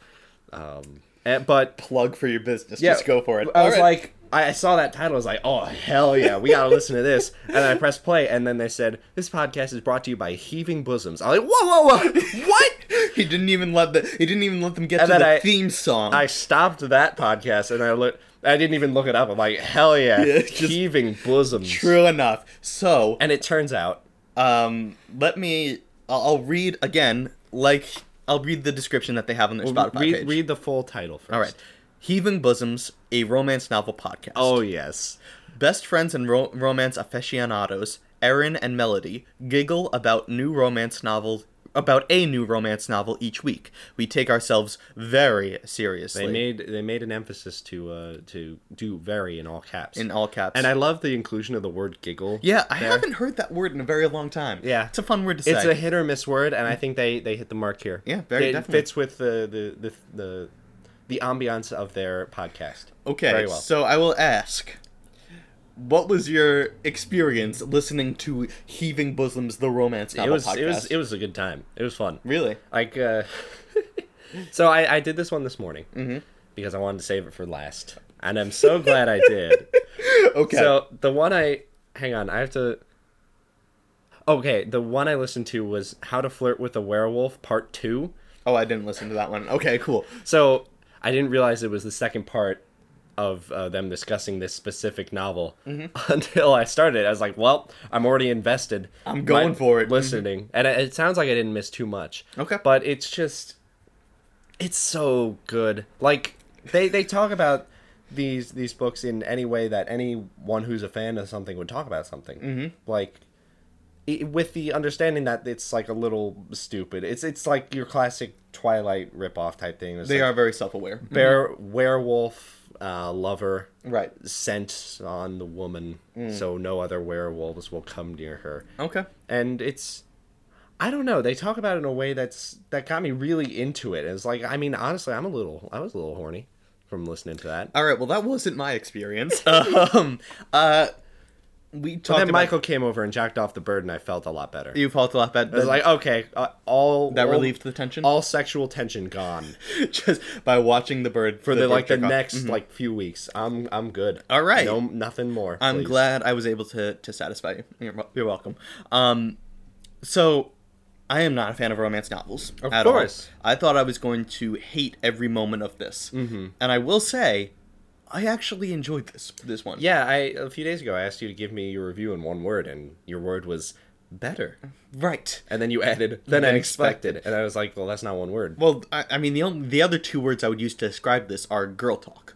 S2: Um, and- but
S1: Plug for your business. Just go for it.
S2: I was
S1: Alright.
S2: like, I I saw that title. I was like, oh hell yeah, we gotta listen to this. And I pressed play, and then they said, this podcast is brought to you by Heaving Bosoms. I was like, whoa, whoa, whoa, what?
S1: He didn't even let the he didn't even let them get
S2: And
S1: to
S2: then
S1: the
S2: I-
S1: theme song.
S2: I stopped that podcast, and I looked. I didn't even look it up. I'm like, hell yeah,
S1: Yeah, just-
S2: Heaving Bosoms.
S1: True enough. So,
S2: And it turns out,
S1: um, let me. I'll, I'll read again. Like I'll read the description that they have on their Spotify
S2: read,
S1: page.
S2: read the full title first.
S1: All right. Heaving Bosoms, a romance novel podcast.
S2: Oh yes.
S1: Best friends and ro- romance aficionados, Erin and Melody, giggle about new romance novels about a new romance novel each week. We take ourselves very seriously.
S2: They made they made an emphasis to uh to do very in all caps.
S1: in all caps.
S2: and I love the inclusion of the word giggle.
S1: Yeah, I
S2: there.
S1: haven't heard that word in a very long time.
S2: Yeah.
S1: it's a fun word to say.
S2: It's a hit or miss word, and I think they, they hit the mark here.
S1: Yeah, very
S2: It
S1: definitely.
S2: fits with the the the the, the ambiance of their podcast.
S1: okay,
S2: very well.
S1: so I will ask, what was your experience listening to Heaving Bosoms, the romance
S2: It
S1: novel
S2: was
S1: podcast?
S2: it was it was a good time. It was fun.
S1: really
S2: Like, uh, so I I did this one this morning because I wanted to save it for last, and I'm so glad I did.
S1: okay.
S2: So the one I hang on, I have to. Okay, the one I listened to was How to Flirt with a Werewolf Part Two.
S1: oh, I didn't listen to that one. Okay, cool.
S2: So I didn't realize it was the second part of uh, them discussing this specific novel
S1: Mm-hmm.
S2: until I started. I was like, "Well, I'm already invested.
S1: I'm going
S2: My-
S1: for it. Mm-hmm.
S2: Listening, and it, it sounds like I didn't miss too much.
S1: Okay.
S2: but it's just, it's so good. Like they they talk about these these books in any way that anyone who's a fan of something would talk about something. Mm-hmm. Like i- with the understanding that it's like a little stupid. It's it's like your classic Twilight ripoff type thing. It's
S1: They
S2: like
S1: are very self-aware.
S2: bear werewolf uh, lover
S1: Right. Mm.
S2: scent on the woman, so no other werewolves will come near her.
S1: Okay.
S2: And it's I don't know. They talk about it in a way that's that got me really into it. It's like I mean, honestly, I'm a little I was a little horny from listening to that.
S1: All right. Well, that wasn't my experience. um. Uh. We talked
S2: Then
S1: about
S2: Michael came over and jacked off the bird, and I felt a lot better.
S1: you felt a lot
S2: I was
S1: better.
S2: like, okay, uh, all
S1: that
S2: all-
S1: relieved the tension.
S2: all sexual tension gone.
S1: just by watching the bird for
S2: the, like the
S1: next.
S2: next like few weeks. I'm I'm good.
S1: Mm-hmm. All right.
S2: No, nothing more.
S1: I'm
S2: please.
S1: glad I was able to to satisfy you. You're, wel- you're welcome. Um, so I am not a fan of romance novels.
S2: Of
S1: at all.
S2: course.
S1: I thought I was going to hate every moment of this, mm-hmm. and I will say, I actually enjoyed this this one.
S2: Yeah, I a few days ago I asked you to give me your review in one word, and your word was better.
S1: Right.
S2: And then you added, then
S1: Than
S2: unexpected. And I was like, well, that's not one word.
S1: Well, I, I mean the only the other two words I would use to describe this are girl talk.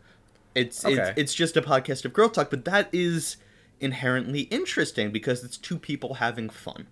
S1: It's
S2: Okay.
S1: it's it's just a podcast of girl talk, but that is inherently interesting because it's two people having fun.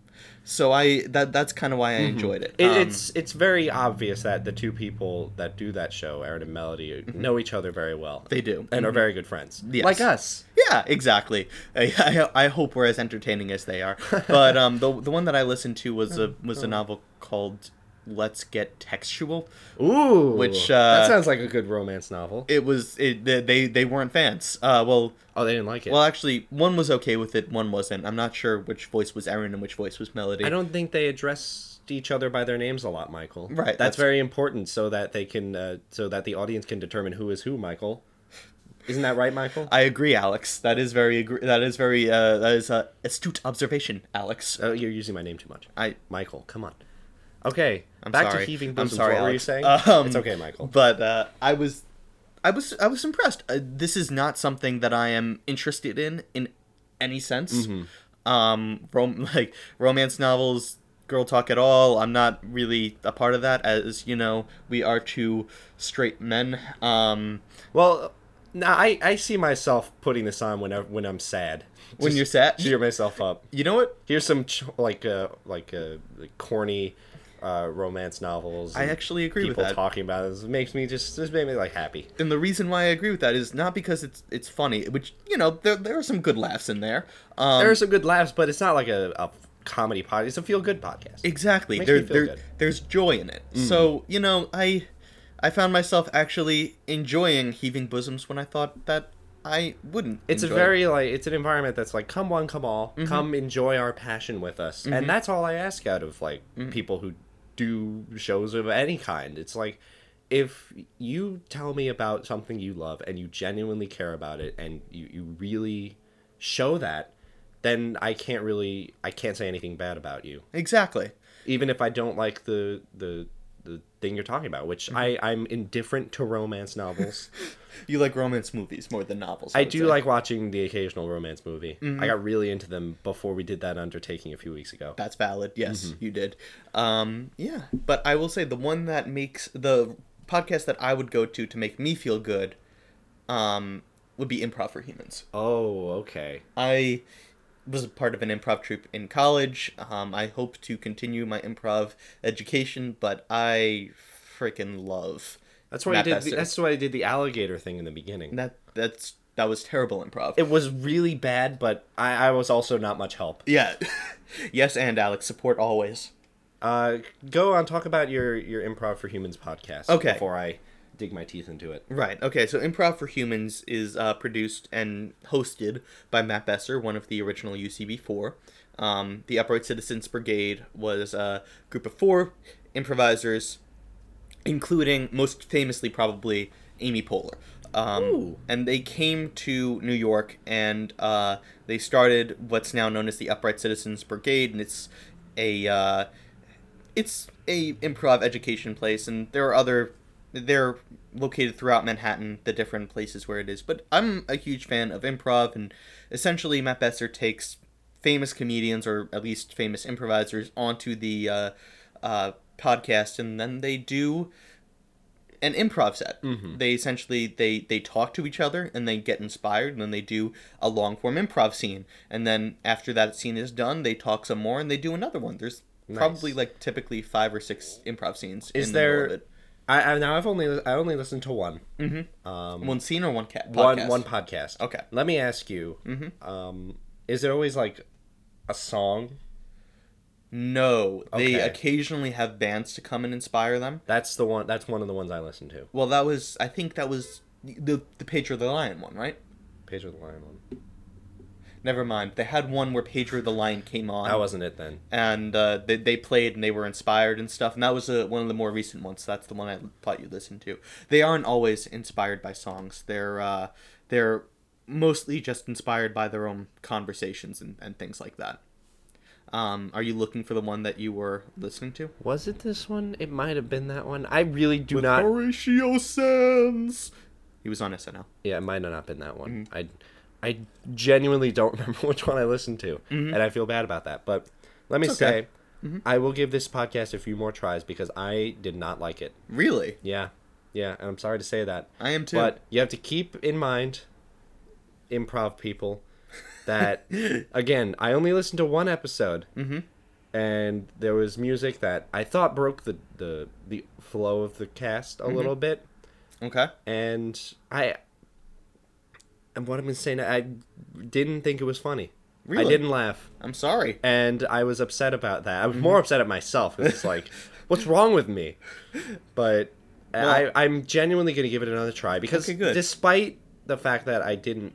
S1: So I that that's kind of why I enjoyed it.
S2: Mm-hmm. It,
S1: Um,
S2: it's it's very obvious that the two people that do that show, Aaron and Melody, know each other very well.
S1: They do.
S2: and are very good friends,
S1: Yes.
S2: like us.
S1: Yeah, exactly. I, I, I hope we're as entertaining as they are. But um, the the one that I listened to was a was a
S2: Oh.
S1: novel called "Let's Get Textual."
S2: Ooh,
S1: Which, uh,
S2: that sounds like a good romance novel.
S1: It was it, they- they they weren't fans. Uh, well,
S2: oh, they didn't like it.
S1: well, actually, one was okay with it, one wasn't. I'm not sure which voice was Aaron and which voice was Melody.
S2: I don't think they addressed each other by their names a lot, Michael.
S1: Right,
S2: That's,
S1: that's-
S2: very important, so that they can, uh, so that the audience can determine who is who, Michael. Isn't that right, Michael?
S1: I agree, Alex. That is very agree- that is very uh, that is a astute observation, Alex. Uh,
S2: oh, you're using my name too much.
S1: I
S2: Michael, come on. Okay,
S1: I'm
S2: back
S1: sorry.
S2: to heaving
S1: I'm
S2: bosoms.
S1: sorry,
S2: what were you
S1: Alex.
S2: saying?
S1: Um,
S2: it's okay, Michael.
S1: But uh, I was, I was, I was impressed. Uh, this is not something that I am interested in in any sense.
S2: Mm-hmm.
S1: Um, rom- like romance novels, girl talk at all. I'm not really a part of that, as you know, we are two straight men. Um,
S2: Well, no, I, I see myself putting this on whenever when I'm sad.
S1: When
S2: Just
S1: you're sad?
S2: cheer myself up.
S1: you know what?
S2: Here's some ch- like uh, like uh, like corny uh, romance novels.
S1: I
S2: and
S1: actually agree with
S2: people
S1: that.
S2: talking about this makes me just this made me like happy.
S1: and the reason why I agree with that is not because it's it's funny, which you know there, there are some good laughs in there. Um,
S2: There are some good laughs, but it's not like a, a comedy podcast. It's a feel good podcast.
S1: Exactly.
S2: Makes
S1: There,
S2: me feel
S1: there,
S2: good. Mm.
S1: there's joy in it. So you know, I, I found myself actually enjoying heaving bosoms when I thought that I wouldn't.
S2: it's a
S1: enjoy
S2: very like it's an environment that's like come one, come all, come enjoy our passion with us, and that's all I ask out of like people who do shows of any kind. It's like if you tell me about something you love and you genuinely care about it and you, you really show that, then I can't really I can't say anything bad about you.
S1: it. exactly.
S2: even if I don't like the the the thing you're talking about, which I I'm indifferent to romance novels.
S1: You like romance movies more than novels.
S2: I
S1: would
S2: do
S1: say. Mm-hmm.
S2: like watching the occasional romance movie. I got really into them before we did that undertaking a few weeks ago.
S1: That's valid. Yes,
S2: Mm-hmm.
S1: you did. Um, yeah, but I will say the one that makes the podcast that I would go to to make me feel good, um, would be Improv for Humans.
S2: Oh, okay.
S1: I was a part of an improv troupe in college. Um, I hope to continue my improv education, but I freaking love
S2: That's why I
S1: Matt
S2: did. The,
S1: Besser.
S2: that's why I did the alligator thing in the beginning.
S1: that. That's that was terrible improv.
S2: It was really bad, but I, I was also not much help.
S1: yeah, yes, and Alex support always.
S2: Uh, go on, talk about your your improv for humans podcast.
S1: Okay.
S2: Before I dig my teeth into it.
S1: Right. Okay. So Improv for Humans is uh, produced and hosted by Matt Besser, one of the original UCB4. Um, the Upright Citizens Brigade was a group of four improvisers, including most famously probably Amy Poehler. Um,
S2: Ooh.
S1: And they came to New York and uh, they started what's now known as the Upright Citizens Brigade, and it's a uh, it's a improv education place and there are other they're located throughout manhattan the different places where it is but i'm a huge fan of improv and essentially matt besser takes famous comedians or at least famous improvisers onto the uh, uh, podcast and then they do an improv set.
S2: Mm-hmm.
S1: They essentially they they talk to each other and they get inspired and then they do a long form improv scene and then after that scene is done they talk some more and they do another one. There's probably like typically five or six improv scenes.
S2: Is
S1: in
S2: there?
S1: the middle of
S2: I, I now I've only I only listened to one. Mm-hmm. Um,
S1: it. one scene or one cat?
S2: one one podcast.
S1: Okay. Mm-hmm.
S2: Let me ask you. Um, is there always like a song?
S1: No, they
S2: Okay.
S1: occasionally have bands to come and inspire them.
S2: That's the one. That's one of the ones I listen to.
S1: Well, that was I think that was the the Pedro the Lion one, right?
S2: Pedro the Lion one.
S1: Never mind. They had one where Pedro the Lion came on.
S2: That wasn't it then.
S1: and uh, they, they played and they were inspired and stuff. And that was uh one of the more recent ones. That's the one I thought you listened to. They aren't always inspired by songs. They're uh, they're mostly just inspired by their own conversations and, and things like that. Um, are you looking for the one that you were listening to?
S2: Was it this one? It might have been that one. I really do not.
S1: Horatio Sands. He was on SNL.
S2: Yeah, it might have not been that one. Mm-hmm. I, I genuinely don't remember which one I listened to, and I feel bad about that. But Let me
S1: It's
S2: say,
S1: okay.
S2: I will give this podcast a few more tries because I did not like it.
S1: Really?
S2: Yeah, yeah, and I'm sorry to say that.
S1: I am too.
S2: But you have to keep in mind, improv people, that again, I only listened to one episode,
S1: Mm-hmm.
S2: and there was music that I thought broke the the, the flow of the cast
S1: Mm-hmm.
S2: a little bit,
S1: Okay.
S2: and I and what I've been saying, I didn't think it was funny. I
S1: Really?
S2: didn't laugh,
S1: I'm sorry.
S2: and I was upset about that. I was
S1: Mm-hmm.
S2: more upset at myself. It's like, what's wrong with me? But
S1: Well-
S2: I, I'm genuinely going to give it another try because,
S1: Okay, good. Mm-hmm.
S2: despite the fact that I didn't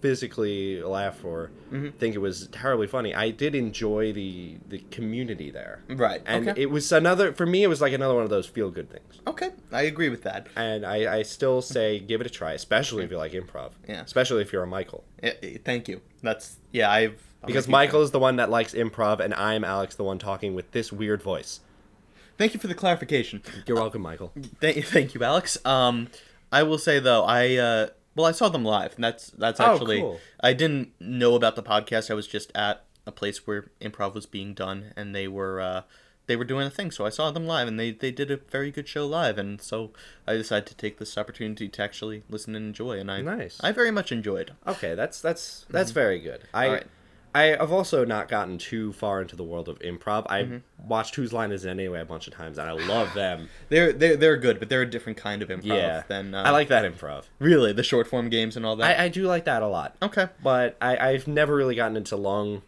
S2: physically laugh or think it was terribly funny, I did enjoy the the community there.
S1: Right,
S2: and
S1: okay.
S2: it was another for me. It was like another one of those feel good things.
S1: Okay, I agree with that.
S2: And I, I still say give it a try, especially if you like improv.
S1: Yeah.
S2: Especially if you're a Michael.
S1: Eh, eh, Thank you. That's yeah. I've I'm
S2: Because
S1: a huge
S2: Michael is the one that likes improv, and I'm Alex, the one talking with this weird voice.
S1: fan. Thank you for the clarification.
S2: You're welcome, Michael.
S1: Thank thank you, Alex. Um, I will say though, I uh, well, I saw them live. And that's that's
S2: Oh,
S1: actually
S2: cool.
S1: I didn't know about the podcast. I was just at a place where improv was being done, and they were uh, they were doing a thing. So I saw them live, and they they did a very good show live. And so I decided to take this opportunity to actually listen and enjoy. And I
S2: Nice.
S1: I very much enjoyed.
S2: Okay, that's that's that's very good. I
S1: Alright.
S2: I have also not gotten too far into the world of improv. I watched Whose Line Is It Anyway a bunch of times, and I love them.
S1: They're they're they're good, but they're a different kind of improv
S2: yeah,
S1: than uh,
S2: I like that improv.
S1: really the short form games and all that.
S2: I, I do like that a lot.
S1: okay.
S2: But I, I've never really gotten into long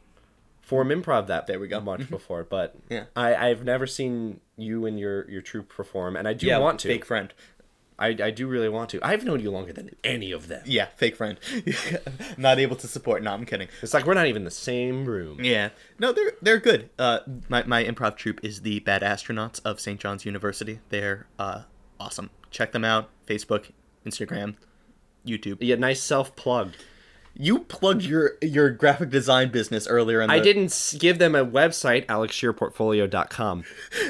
S2: form improv that
S1: There we go.
S2: much before. But
S1: Yeah.
S2: I, I've never seen you and your your troupe perform, and I do
S1: Yeah,
S2: want to.
S1: fake friend.
S2: I I do really want to. I've known you longer than any of them.
S1: Yeah, fake friend. Not able to support. No, I'm kidding.
S2: It's like we're not even in the same room.
S1: Yeah, no, they're they're good. Uh, my my improv troupe is the Bad Astronauts of St. John's University. They're uh awesome. Check them out. Facebook, Instagram, YouTube.
S2: Yeah, nice self plug.
S1: You plugged your your graphic design business earlier. In the,
S2: I didn't s- give them a website, alexshearportfolio.com.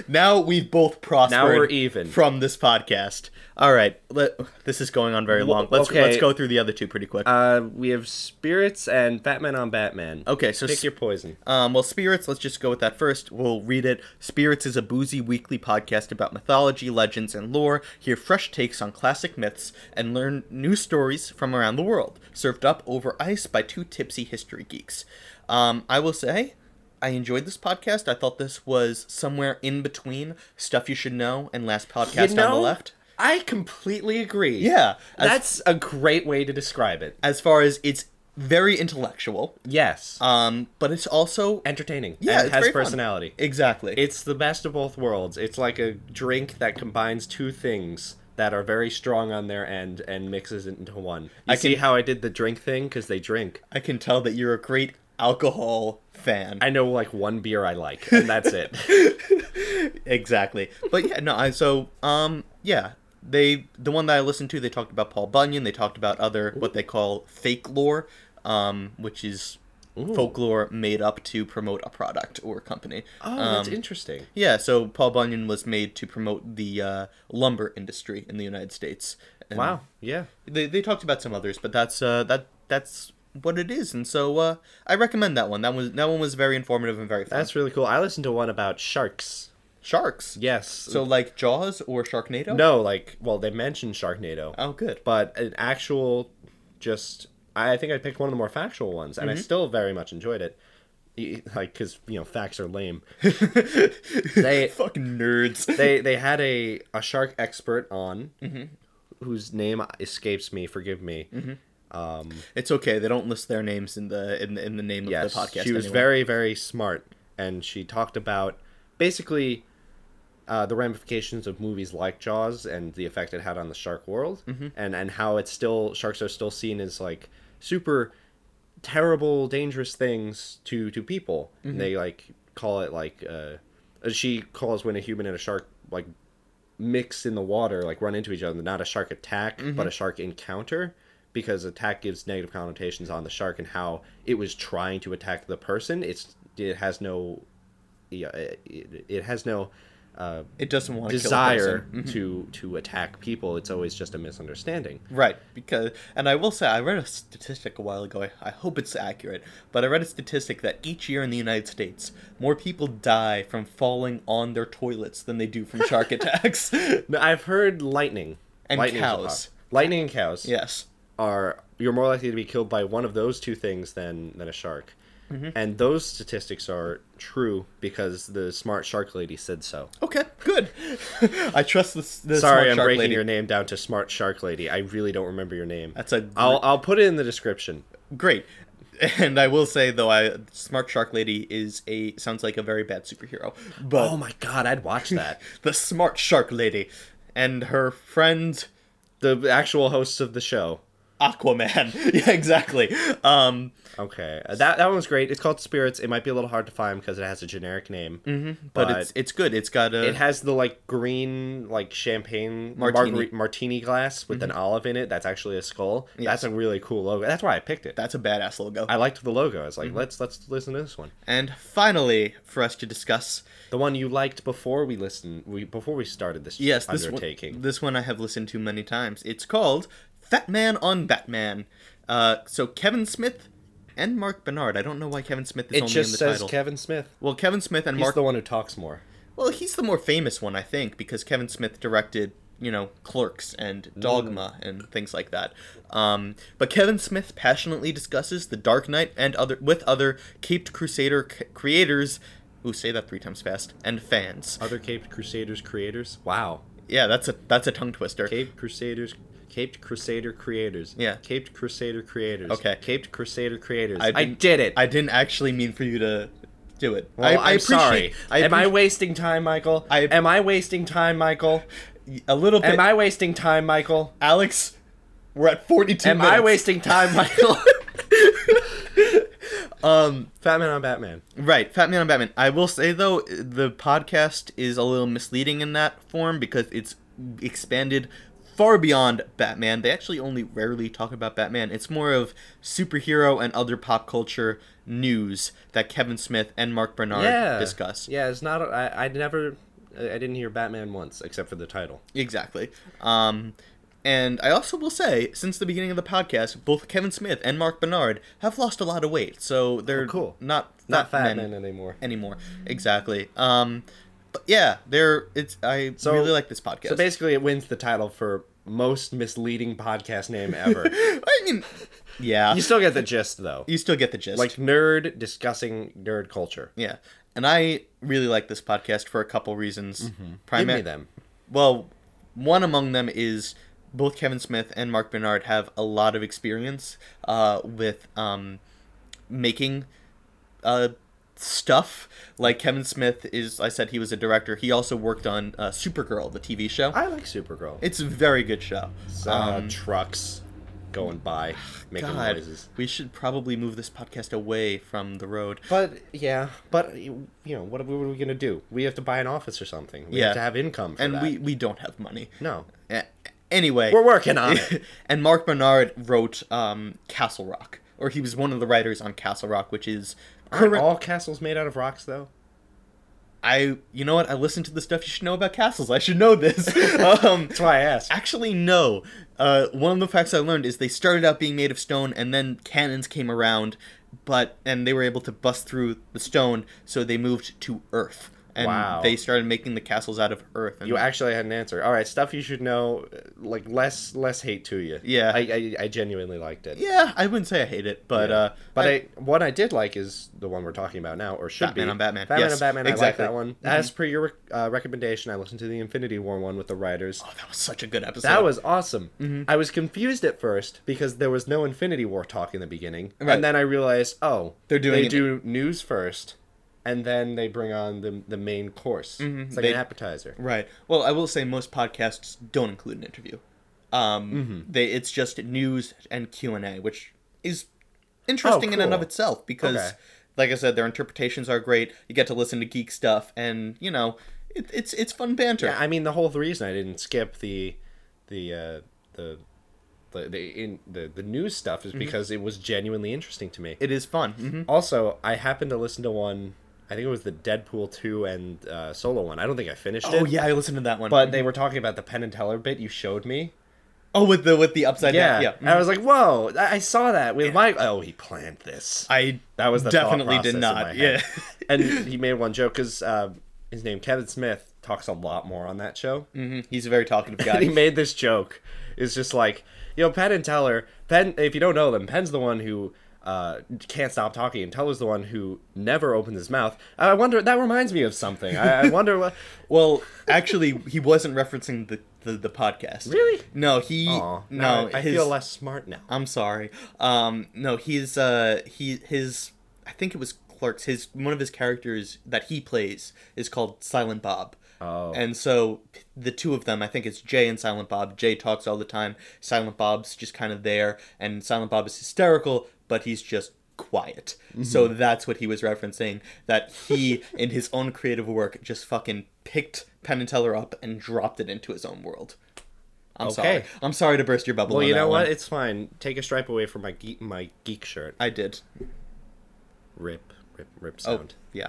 S1: Now we've both prospered.
S2: Now we're even.
S1: from this podcast. All right, let, this is going on very long. Let's
S2: okay.
S1: let's go through the other two pretty quick.
S2: Uh, we have Spirits and Batman on Batman.
S1: okay, so
S2: Pick your poison.
S1: Um, well, Spirits, let's just go with that first. We'll read it. Spirits is a boozy weekly podcast about mythology, legends, and lore. Hear fresh takes on classic myths and learn new stories from around the world, served up over ice by two tipsy history geeks. Um, I will say, I enjoyed this podcast. I thought this was somewhere in between Stuff You Should Know and Last Podcast on the Left.
S2: I completely agree.
S1: Yeah. As,
S2: That's a great way to describe it.
S1: as far as it's very intellectual,
S2: Yes.
S1: um, but it's also.
S2: Entertaining.
S1: Yeah,
S2: And
S1: it's
S2: it has
S1: very fun.
S2: personality.
S1: Exactly.
S2: It's the best of both worlds. It's like a drink that combines two things that are very strong on their end and mixes it into one. You
S1: I
S2: see
S1: can-
S2: how I did the drink thing? Because they drink.
S1: I can tell that you're a great alcohol fan.
S2: I know like one beer I like, and that's it.
S1: exactly. But yeah, no, I so um yeah, they the one that I listened to, they talked about Paul Bunyan, they talked about other what they call fake lore, um which is folklore made up to promote a product or company.
S2: Oh,
S1: um,
S2: that's interesting.
S1: yeah, so Paul Bunyan was made to promote the uh, lumber industry in the United States. And
S2: Wow. Yeah.
S1: They, they talked about some others, but that's uh, that that's what it is, and so uh, I recommend that one. That was that one was very informative and very fun.
S2: That's really cool. I listened to one about sharks.
S1: sharks.
S2: Yes.
S1: So like Jaws or Sharknado?
S2: no, like, well, they mentioned Sharknado,
S1: Oh, good.
S2: but an actual, just, I think I picked one of the more factual ones, and
S1: Mm-hmm.
S2: I still very much enjoyed it. E- Like, because you know, facts are lame. they
S1: Fucking nerds.
S2: they they had a a shark expert on,
S1: Mm-hmm.
S2: whose name escapes me. Forgive me. Um,
S1: It's okay. They don't list their names in the in the, in the name of
S2: yes,
S1: the podcast.
S2: she was
S1: anyway.
S2: very very smart, and she talked about basically uh, the ramifications of movies like Jaws and the effect it had on the shark world,
S1: Mm-hmm.
S2: and and how it's still sharks are still seen as like super terrible, dangerous things to to people.
S1: Mm-hmm.
S2: And They like call it like uh, she calls when a human and a shark like mix in the water, like run into each other, not a shark attack,
S1: Mm-hmm.
S2: but a shark encounter. Because attack gives negative connotations on the shark and how it was trying to attack the person. It's it has no yeah, it, it has no uh,
S1: It doesn't want to kill a
S2: desire
S1: person. Mm-hmm.
S2: to to attack people. It's always just a misunderstanding.
S1: Right, because and I will say I read a statistic a while ago. I, I hope it's accurate, but I read a statistic that each year in the United States, more people die from falling on their toilets than they do from shark attacks.
S2: No, I've heard lightning
S1: And
S2: Lightning's a
S1: cows.
S2: pos- Lightning and cows
S1: yes.
S2: are you're more likely to be killed by one of those two things than than a shark.
S1: Mm-hmm.
S2: And those statistics are true because the smart shark lady said so.
S1: Okay, good. I trust this. this
S2: Sorry,
S1: smart
S2: I'm
S1: shark
S2: breaking
S1: lady.
S2: your name down to Smart Shark Lady. I really don't remember your name.
S1: That's a
S2: I'll I'll put it in the description.
S1: great. And I will say though, I smart shark lady is a sounds like a very bad superhero, but
S2: Oh my god, I'd watch that.
S1: the smart shark lady and her friend
S2: the actual hosts of the show.
S1: Aquaman. yeah, exactly. Um,
S2: Okay, uh, that that one's great. It's called Spirits. It might be a little hard to find because it has a generic name, mm-hmm,
S1: but, it's it's good. It's got a
S2: it has the like green like champagne
S1: Martini. Mm-hmm.
S2: martini, martini glass with an olive in it. That's actually a skull. That's a really cool logo. That's why I picked it.
S1: that's a badass logo.
S2: I liked the logo. I was like,
S1: Mm-hmm.
S2: let's let's listen to this one.
S1: and finally, for us to discuss,
S2: The one you liked before we listened, we before we started this
S1: yes, this
S2: undertaking.
S1: one, this one I have listened to many times. It's called Fat Man on Batman. Uh, so Kevin Smith and Mark Bernard. I don't know why Kevin Smith is
S2: It
S1: only
S2: just
S1: in the
S2: says
S1: title.
S2: Kevin Smith.
S1: well, Kevin Smith and
S2: He's
S1: Mark.
S2: the one who talks more.
S1: well, he's the more famous one, I think, because Kevin Smith directed, you know, Clerks and
S2: Mm.
S1: Dogma and things like that. Um, but Kevin Smith passionately discusses The Dark Knight and other with other Caped Crusader c- creators. Ooh, say that three times fast. And fans.
S2: Other Caped Crusaders creators. Wow.
S1: Yeah, that's a that's a tongue twister.
S2: Caped Crusaders. Caped Crusader creators.
S1: Yeah.
S2: Caped Crusader creators.
S1: Okay.
S2: Caped Crusader creators.
S1: I
S2: I,
S1: didn't-
S2: did it.
S1: I didn't actually mean for you to do it.
S2: Well,
S1: I, I
S2: I'm
S1: appreciate.
S2: sorry.
S1: I
S2: Am I
S1: appreciate-
S2: wasting time, Michael?
S1: I-
S2: Am I wasting time, Michael?
S1: a little bit?
S2: Am I wasting time, Michael?
S1: Alex, we're at forty-two.
S2: Am
S1: minutes.
S2: I wasting time, Michael? um, Fat Man on Batman.
S1: Right, Fat Man on Batman. I will say though, the podcast is a little misleading in that form because it's expanded far beyond Batman. They actually only rarely talk about Batman. It's more of superhero and other pop culture news that Kevin Smith and Mark Bernard
S2: Yeah.
S1: discuss.
S2: Yeah, it's not. I I never. I I didn't hear Batman once, except for the title.
S1: Exactly. Um, and I also will say, since the beginning of the podcast, both Kevin Smith and Mark Bernard have lost a lot of weight, so they're
S2: Oh, cool.
S1: not
S2: Not Fat
S1: men
S2: Man anymore.
S1: anymore. Exactly. Um, but yeah, they're it's I
S2: So-
S1: really like this podcast.
S2: So basically, it wins the title for most misleading podcast name ever.
S1: I mean, yeah,
S2: you
S1: you,
S2: still get the gist, though.
S1: still get the gist.
S2: Like nerd discussing nerd culture.
S1: yeah, and I really like this podcast for a couple reasons.
S2: Mm-hmm. Give
S1: Primar-
S2: me them.
S1: Well, one among them is both Kevin Smith and Mark Bernard have a lot of experience uh, with um, making uh, stuff. Like Kevin Smith is, I said he was a director. He also worked on uh, Supergirl, the TV show.
S2: I like Supergirl.
S1: It's a very good show. Um,
S2: It's uh, trucks going by, making
S1: God,
S2: noises.
S1: we should probably move this podcast away from the road.
S2: But yeah, but you know what? are we- What are we gonna do? We have to buy an office or something. We
S1: Yeah.
S2: have to have income. For
S1: And
S2: that.
S1: we, we don't have money.
S2: no,
S1: A- Anyway,
S2: we're working on it.
S1: and Mark Bernard wrote um, Castle Rock, or he was one of the writers on Castle Rock, which is
S2: Aren't
S1: current.
S2: all castles made out of rocks though?
S1: I you know what? I listened to the stuff you should know about castles. I should know this. um,
S2: That's why I asked.
S1: actually, no. Uh, one of the facts I learned is they started out being made of stone, and then cannons came around, but and they were able to bust through the stone, so they moved to earth, and
S2: Wow.
S1: they started making the castles out of earth. And
S2: You actually had an answer. All right, stuff you should know. uh, Like less, less hate to you.
S1: Yeah.
S2: I, I, I genuinely liked it.
S1: yeah, I wouldn't say I hate it, but uh,
S2: But I, what I did like is the one we're talking about now, or should
S1: Batman
S2: be
S1: on Batman.
S2: Batman
S1: Yes,
S2: on Batman.
S1: exactly. Mm-hmm.
S2: I like that one. As per your uh, recommendation, I listened to the Infinity War one with the writers.
S1: oh, that was such a good episode.
S2: That was awesome.
S1: Mm-hmm.
S2: I was confused at first because there was no Infinity War talk in the beginning,
S1: Right.
S2: and then I realized, oh,
S1: They're doing
S2: they
S1: it-
S2: do news first, and then they bring on the the main course. It's like
S1: Mm-hmm. They-
S2: an appetizer.
S1: Right. Well, I will say most podcasts don't include an interview. Um,
S2: Mm-hmm.
S1: they it's just news and Q and A, which is interesting in and of
S2: cool.
S1: itself because,
S2: Okay.
S1: like I said, their interpretations are great. You get to listen to geek stuff, and you know, it, it's it's fun banter.
S2: I mean, the whole reason I didn't skip the the uh, the the the, in, the the news
S1: Mm-hmm.
S2: stuff is Mm-hmm. because it was genuinely interesting to me.
S1: it is fun. hmm
S2: Also, I happened to listen to one. I think it was the Deadpool two and uh, solo one. I don't think I finished
S1: Oh
S2: it.
S1: yeah, I listened to that one.
S2: But they were talking about the Penn and Teller bit you showed me.
S1: oh, with the with the upside
S2: Yeah,
S1: down. Yeah, mm-hmm. Mm.
S2: And I was like, "Whoa!" I, I saw that with my. Oh, he planned this.
S1: I
S2: That was the thought
S1: definitely
S2: process
S1: did
S2: in my
S1: not. Yeah,
S2: head. and he made one joke because uh, his name Kevin Smith talks a lot more on that show.
S1: Mhm. he's a very talkative
S2: And he
S1: guy.
S2: made this joke. It's just like, you know, Penn and Teller. Penn, if you don't know them, Penn's the one who uh, can't stop talking, and Teller's the one who never opens his mouth. I wonder. That reminds me of something. I, I wonder what.
S1: well, actually, he wasn't referencing the the, the podcast.
S2: Really?
S1: No, he
S2: Aw,
S1: no.
S2: I, I
S1: his-
S2: feel less smart now.
S1: I'm sorry. Um, no, he's uh, he his I think it was Clerks. His one of his characters that he plays is called Silent Bob.
S2: Oh.
S1: And so the two of them, I think it's Jay and Silent Bob. Jay talks all the time. Silent Bob's just kind of there, and Silent Bob is hysterical, but he's just quiet. So
S2: Mm-hmm.
S1: that's what he was referencing. That he, in his own creative work, just fucking picked Penn and Teller up and dropped it into his own world. I'm sorry.
S2: Okay.
S1: I'm sorry to burst your bubble.
S2: Well,
S1: on
S2: you
S1: that
S2: know
S1: one.
S2: what? It's fine. Take a stripe away from my geek, my geek shirt.
S1: I did.
S2: Rip, rip, rip
S1: Oh,
S2: sound.
S1: yeah.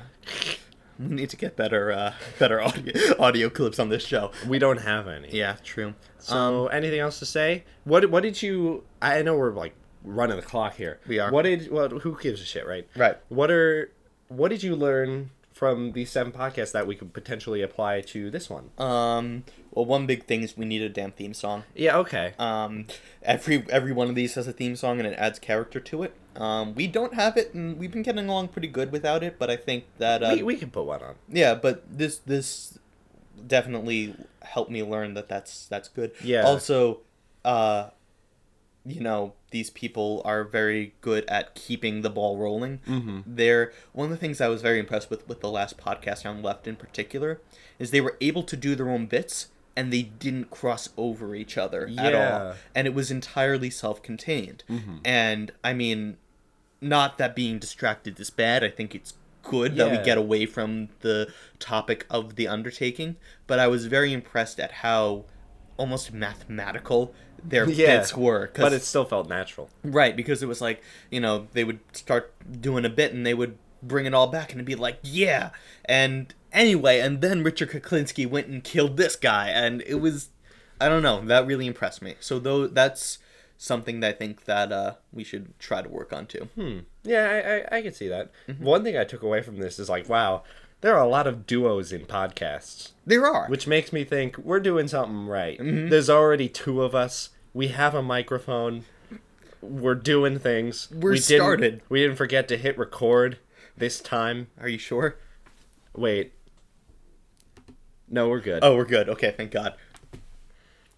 S1: We need to get better, uh, better audio, audio clips on this show.
S2: We don't have any.
S1: Yeah, Um, true.
S2: So, anything else to say? What What did you? I know we're like running the clock here.
S1: We are.
S2: What did? Well, who gives a shit, right?
S1: Right.
S2: What are? What did you learn from these seven podcasts that we could potentially apply to this one?
S1: Um, well, one big thing is we need a damn theme song.
S2: yeah. Okay.
S1: Um, every every one of these has a theme song and it adds character to it. Um, we don't have it, and we've been getting along pretty good without it. But I think that uh,
S2: we we can put one on.
S1: yeah, but this this definitely helped me learn that that's that's good.
S2: Yeah.
S1: Also, uh, you know, these people are very good at keeping the ball rolling. Mm-hmm. They're one of the things I was very impressed with with the last podcast on Left in particular is they were able to do their own bits and they didn't cross over each other at
S2: Yeah. Mm-hmm.
S1: all, and it was entirely self-contained. And I mean, not that being distracted is bad. I think it's good that
S2: Yeah.
S1: we get away from the topic of the undertaking, but I was very impressed at how almost mathematical their
S2: Yeah.
S1: bits were. 'cause-
S2: But it still felt natural.
S1: right because it was like you know they would start doing a bit and they would bring it all back and it'd be like yeah and anyway and then Richard Kuklinski went and killed this guy and it was I don't know that really impressed me. So though that's something that I think that uh, we should try to work on too.
S2: Hmm. Yeah, I I, I can see that.
S1: Mm-hmm.
S2: One thing I took away from this is like, wow, there are a lot of duos in podcasts.
S1: There are.
S2: which makes me think we're doing something right.
S1: Mm-hmm.
S2: There's already two of us. We have a microphone. We're doing things.
S1: We're
S2: we didn't-
S1: started.
S2: We didn't forget to hit record this time.
S1: Are you sure?
S2: Wait. No, we're good.
S1: Oh, we're good. Okay, thank God.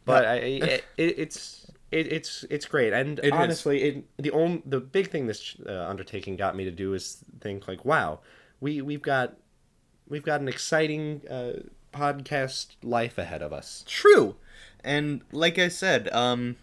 S2: but I, it, it, it's it, it's it's great. And
S1: is.
S2: honestly, it, the only the big thing this uh, undertaking got me to do is think like, wow, we we've got we've got an exciting uh, podcast life ahead of us.
S1: True. And like I said, um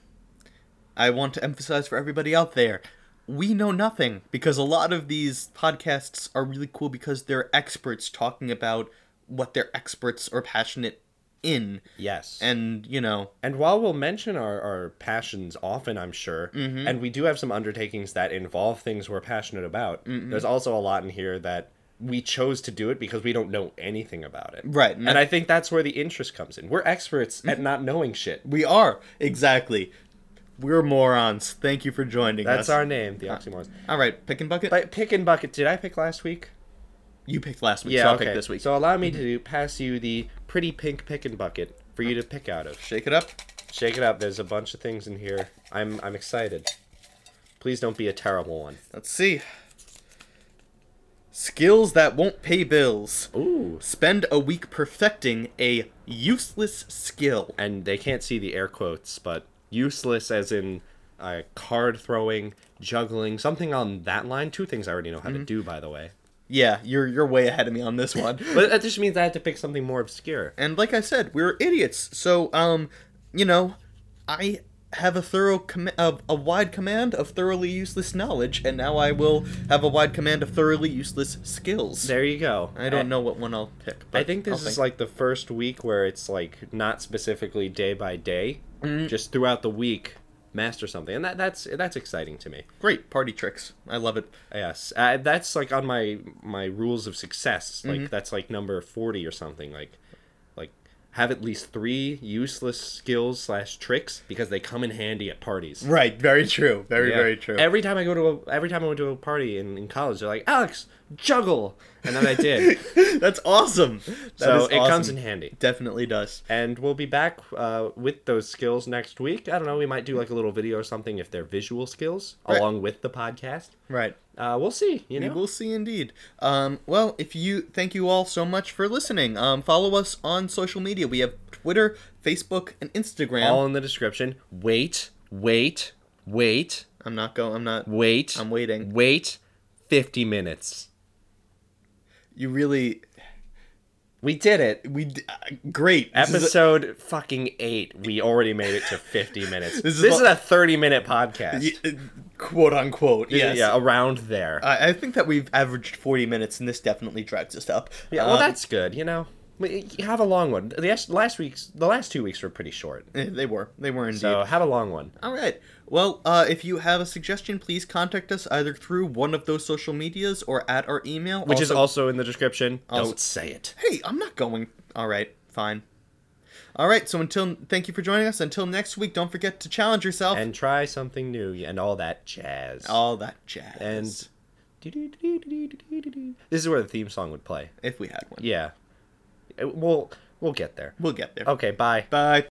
S1: I want to emphasize for everybody out there, we know nothing because a lot of these podcasts are really cool because they're experts talking about what they're experts or passionate in.
S2: Yes.
S1: And, you know,
S2: And while we'll mention our, our passions often, I'm sure,
S1: Mm-hmm.
S2: and we do have some undertakings that involve things we're passionate about, there's also a lot in here that we chose to do it because we don't know anything about it.
S1: Right, Mm. and
S2: And, I think that's where the interest comes in. We're experts at not knowing shit.
S1: we are exactly we're morons. Thank you for joining us.
S2: That's our name,
S1: Uh,
S2: the oxymorons.
S1: All right, pick and bucket.
S2: But pick and bucket, did I pick last week?
S1: you picked last week, so I'll pick this week. Mm-hmm.
S2: So allow me to pass you the pretty pink pick and bucket for you to pick out of.
S1: Shake it up.
S2: Shake it up. There's a bunch of things in here. I'm I'm excited. Please don't be a terrible one.
S1: Let's see. Skills that won't pay bills.
S2: Ooh.
S1: Spend a week perfecting a useless skill.
S2: and they can't see the air quotes, but useless as in uh, card throwing, juggling, something on that line. Two things I already know how
S1: Mm-hmm.
S2: to do, by the way.
S1: Yeah, you're you're way ahead of me on this one.
S2: But that just means I had to pick something more obscure.
S1: and like I said, we're idiots. So um, you know, I have a thorough com- uh, a wide command of thoroughly useless knowledge, and now I will have a wide command of thoroughly useless skills.
S2: There you go. Eh,
S1: I don't know what one I'll pick. But
S2: I think this
S1: I'll
S2: is like the
S1: Mm-hmm.
S2: first week where it's like not specifically day by day, just throughout the week. master something, and that that's that's exciting to me.
S1: Great party tricks. I love it.
S2: Yes, uh, that's like on my my rules of success.
S1: Mm-hmm.
S2: Like that's like number forty or something. Like like have at least three useless skills slash tricks because they come in handy at parties.
S1: Right. Very true. Very
S2: Yeah.
S1: very true.
S2: Every time I go to a every time I went to a party in, in college, they're like Alex juggle, and then I did.
S1: That's awesome. That
S2: so
S1: is
S2: it comes
S1: awesome.
S2: in handy.
S1: Definitely does.
S2: And we'll be back uh, with those skills next week. I don't know. We might do like a little video or something if they're visual skills
S1: Right.
S2: along with the podcast.
S1: Right.
S2: Uh, we'll see. You know.
S1: We will see indeed. Um, well, if you thank you all so much for listening. Um, follow us on social media. We have Twitter, Facebook, and Instagram.
S2: all in the description. Wait, wait, wait,
S1: I'm not going. I'm not.
S2: wait.
S1: I'm waiting.
S2: Wait 50 minutes.
S1: You really.
S2: We did it.
S1: We d- uh, great. This is a-
S2: Episode fucking 8. We already made it to 50 minutes.
S1: This
S2: this
S1: is
S2: is,
S1: all-
S2: a 30 minute podcast.
S1: y- uh, quote unquote. Yes. Uh,
S2: Yeah, around there.
S1: I, I think that we've averaged 40 minutes, and this definitely drags us up.
S2: yeah, well
S1: Um,
S2: that's good, you know. We- Have a long one. The last- last week's the last two weeks were pretty short.
S1: eh, They were. They were indeed.
S2: So have a long one.
S1: All right. Well, uh, if you have a suggestion, please contact us either through one of those social medias or at our email,
S2: Which is also in the description.
S1: Also-
S2: Don't say it.
S1: Hey, I'm not going. All right, fine. All right. So until thank you for joining us. Until next week, don't forget to challenge yourself.
S2: And try something new and all that jazz.
S1: all that jazz.
S2: and this is where the theme song would play.
S1: if we had one,
S2: Yeah, Uh, we'll we'll get there.
S1: we'll get there.
S2: Okay, bye.
S1: Bye.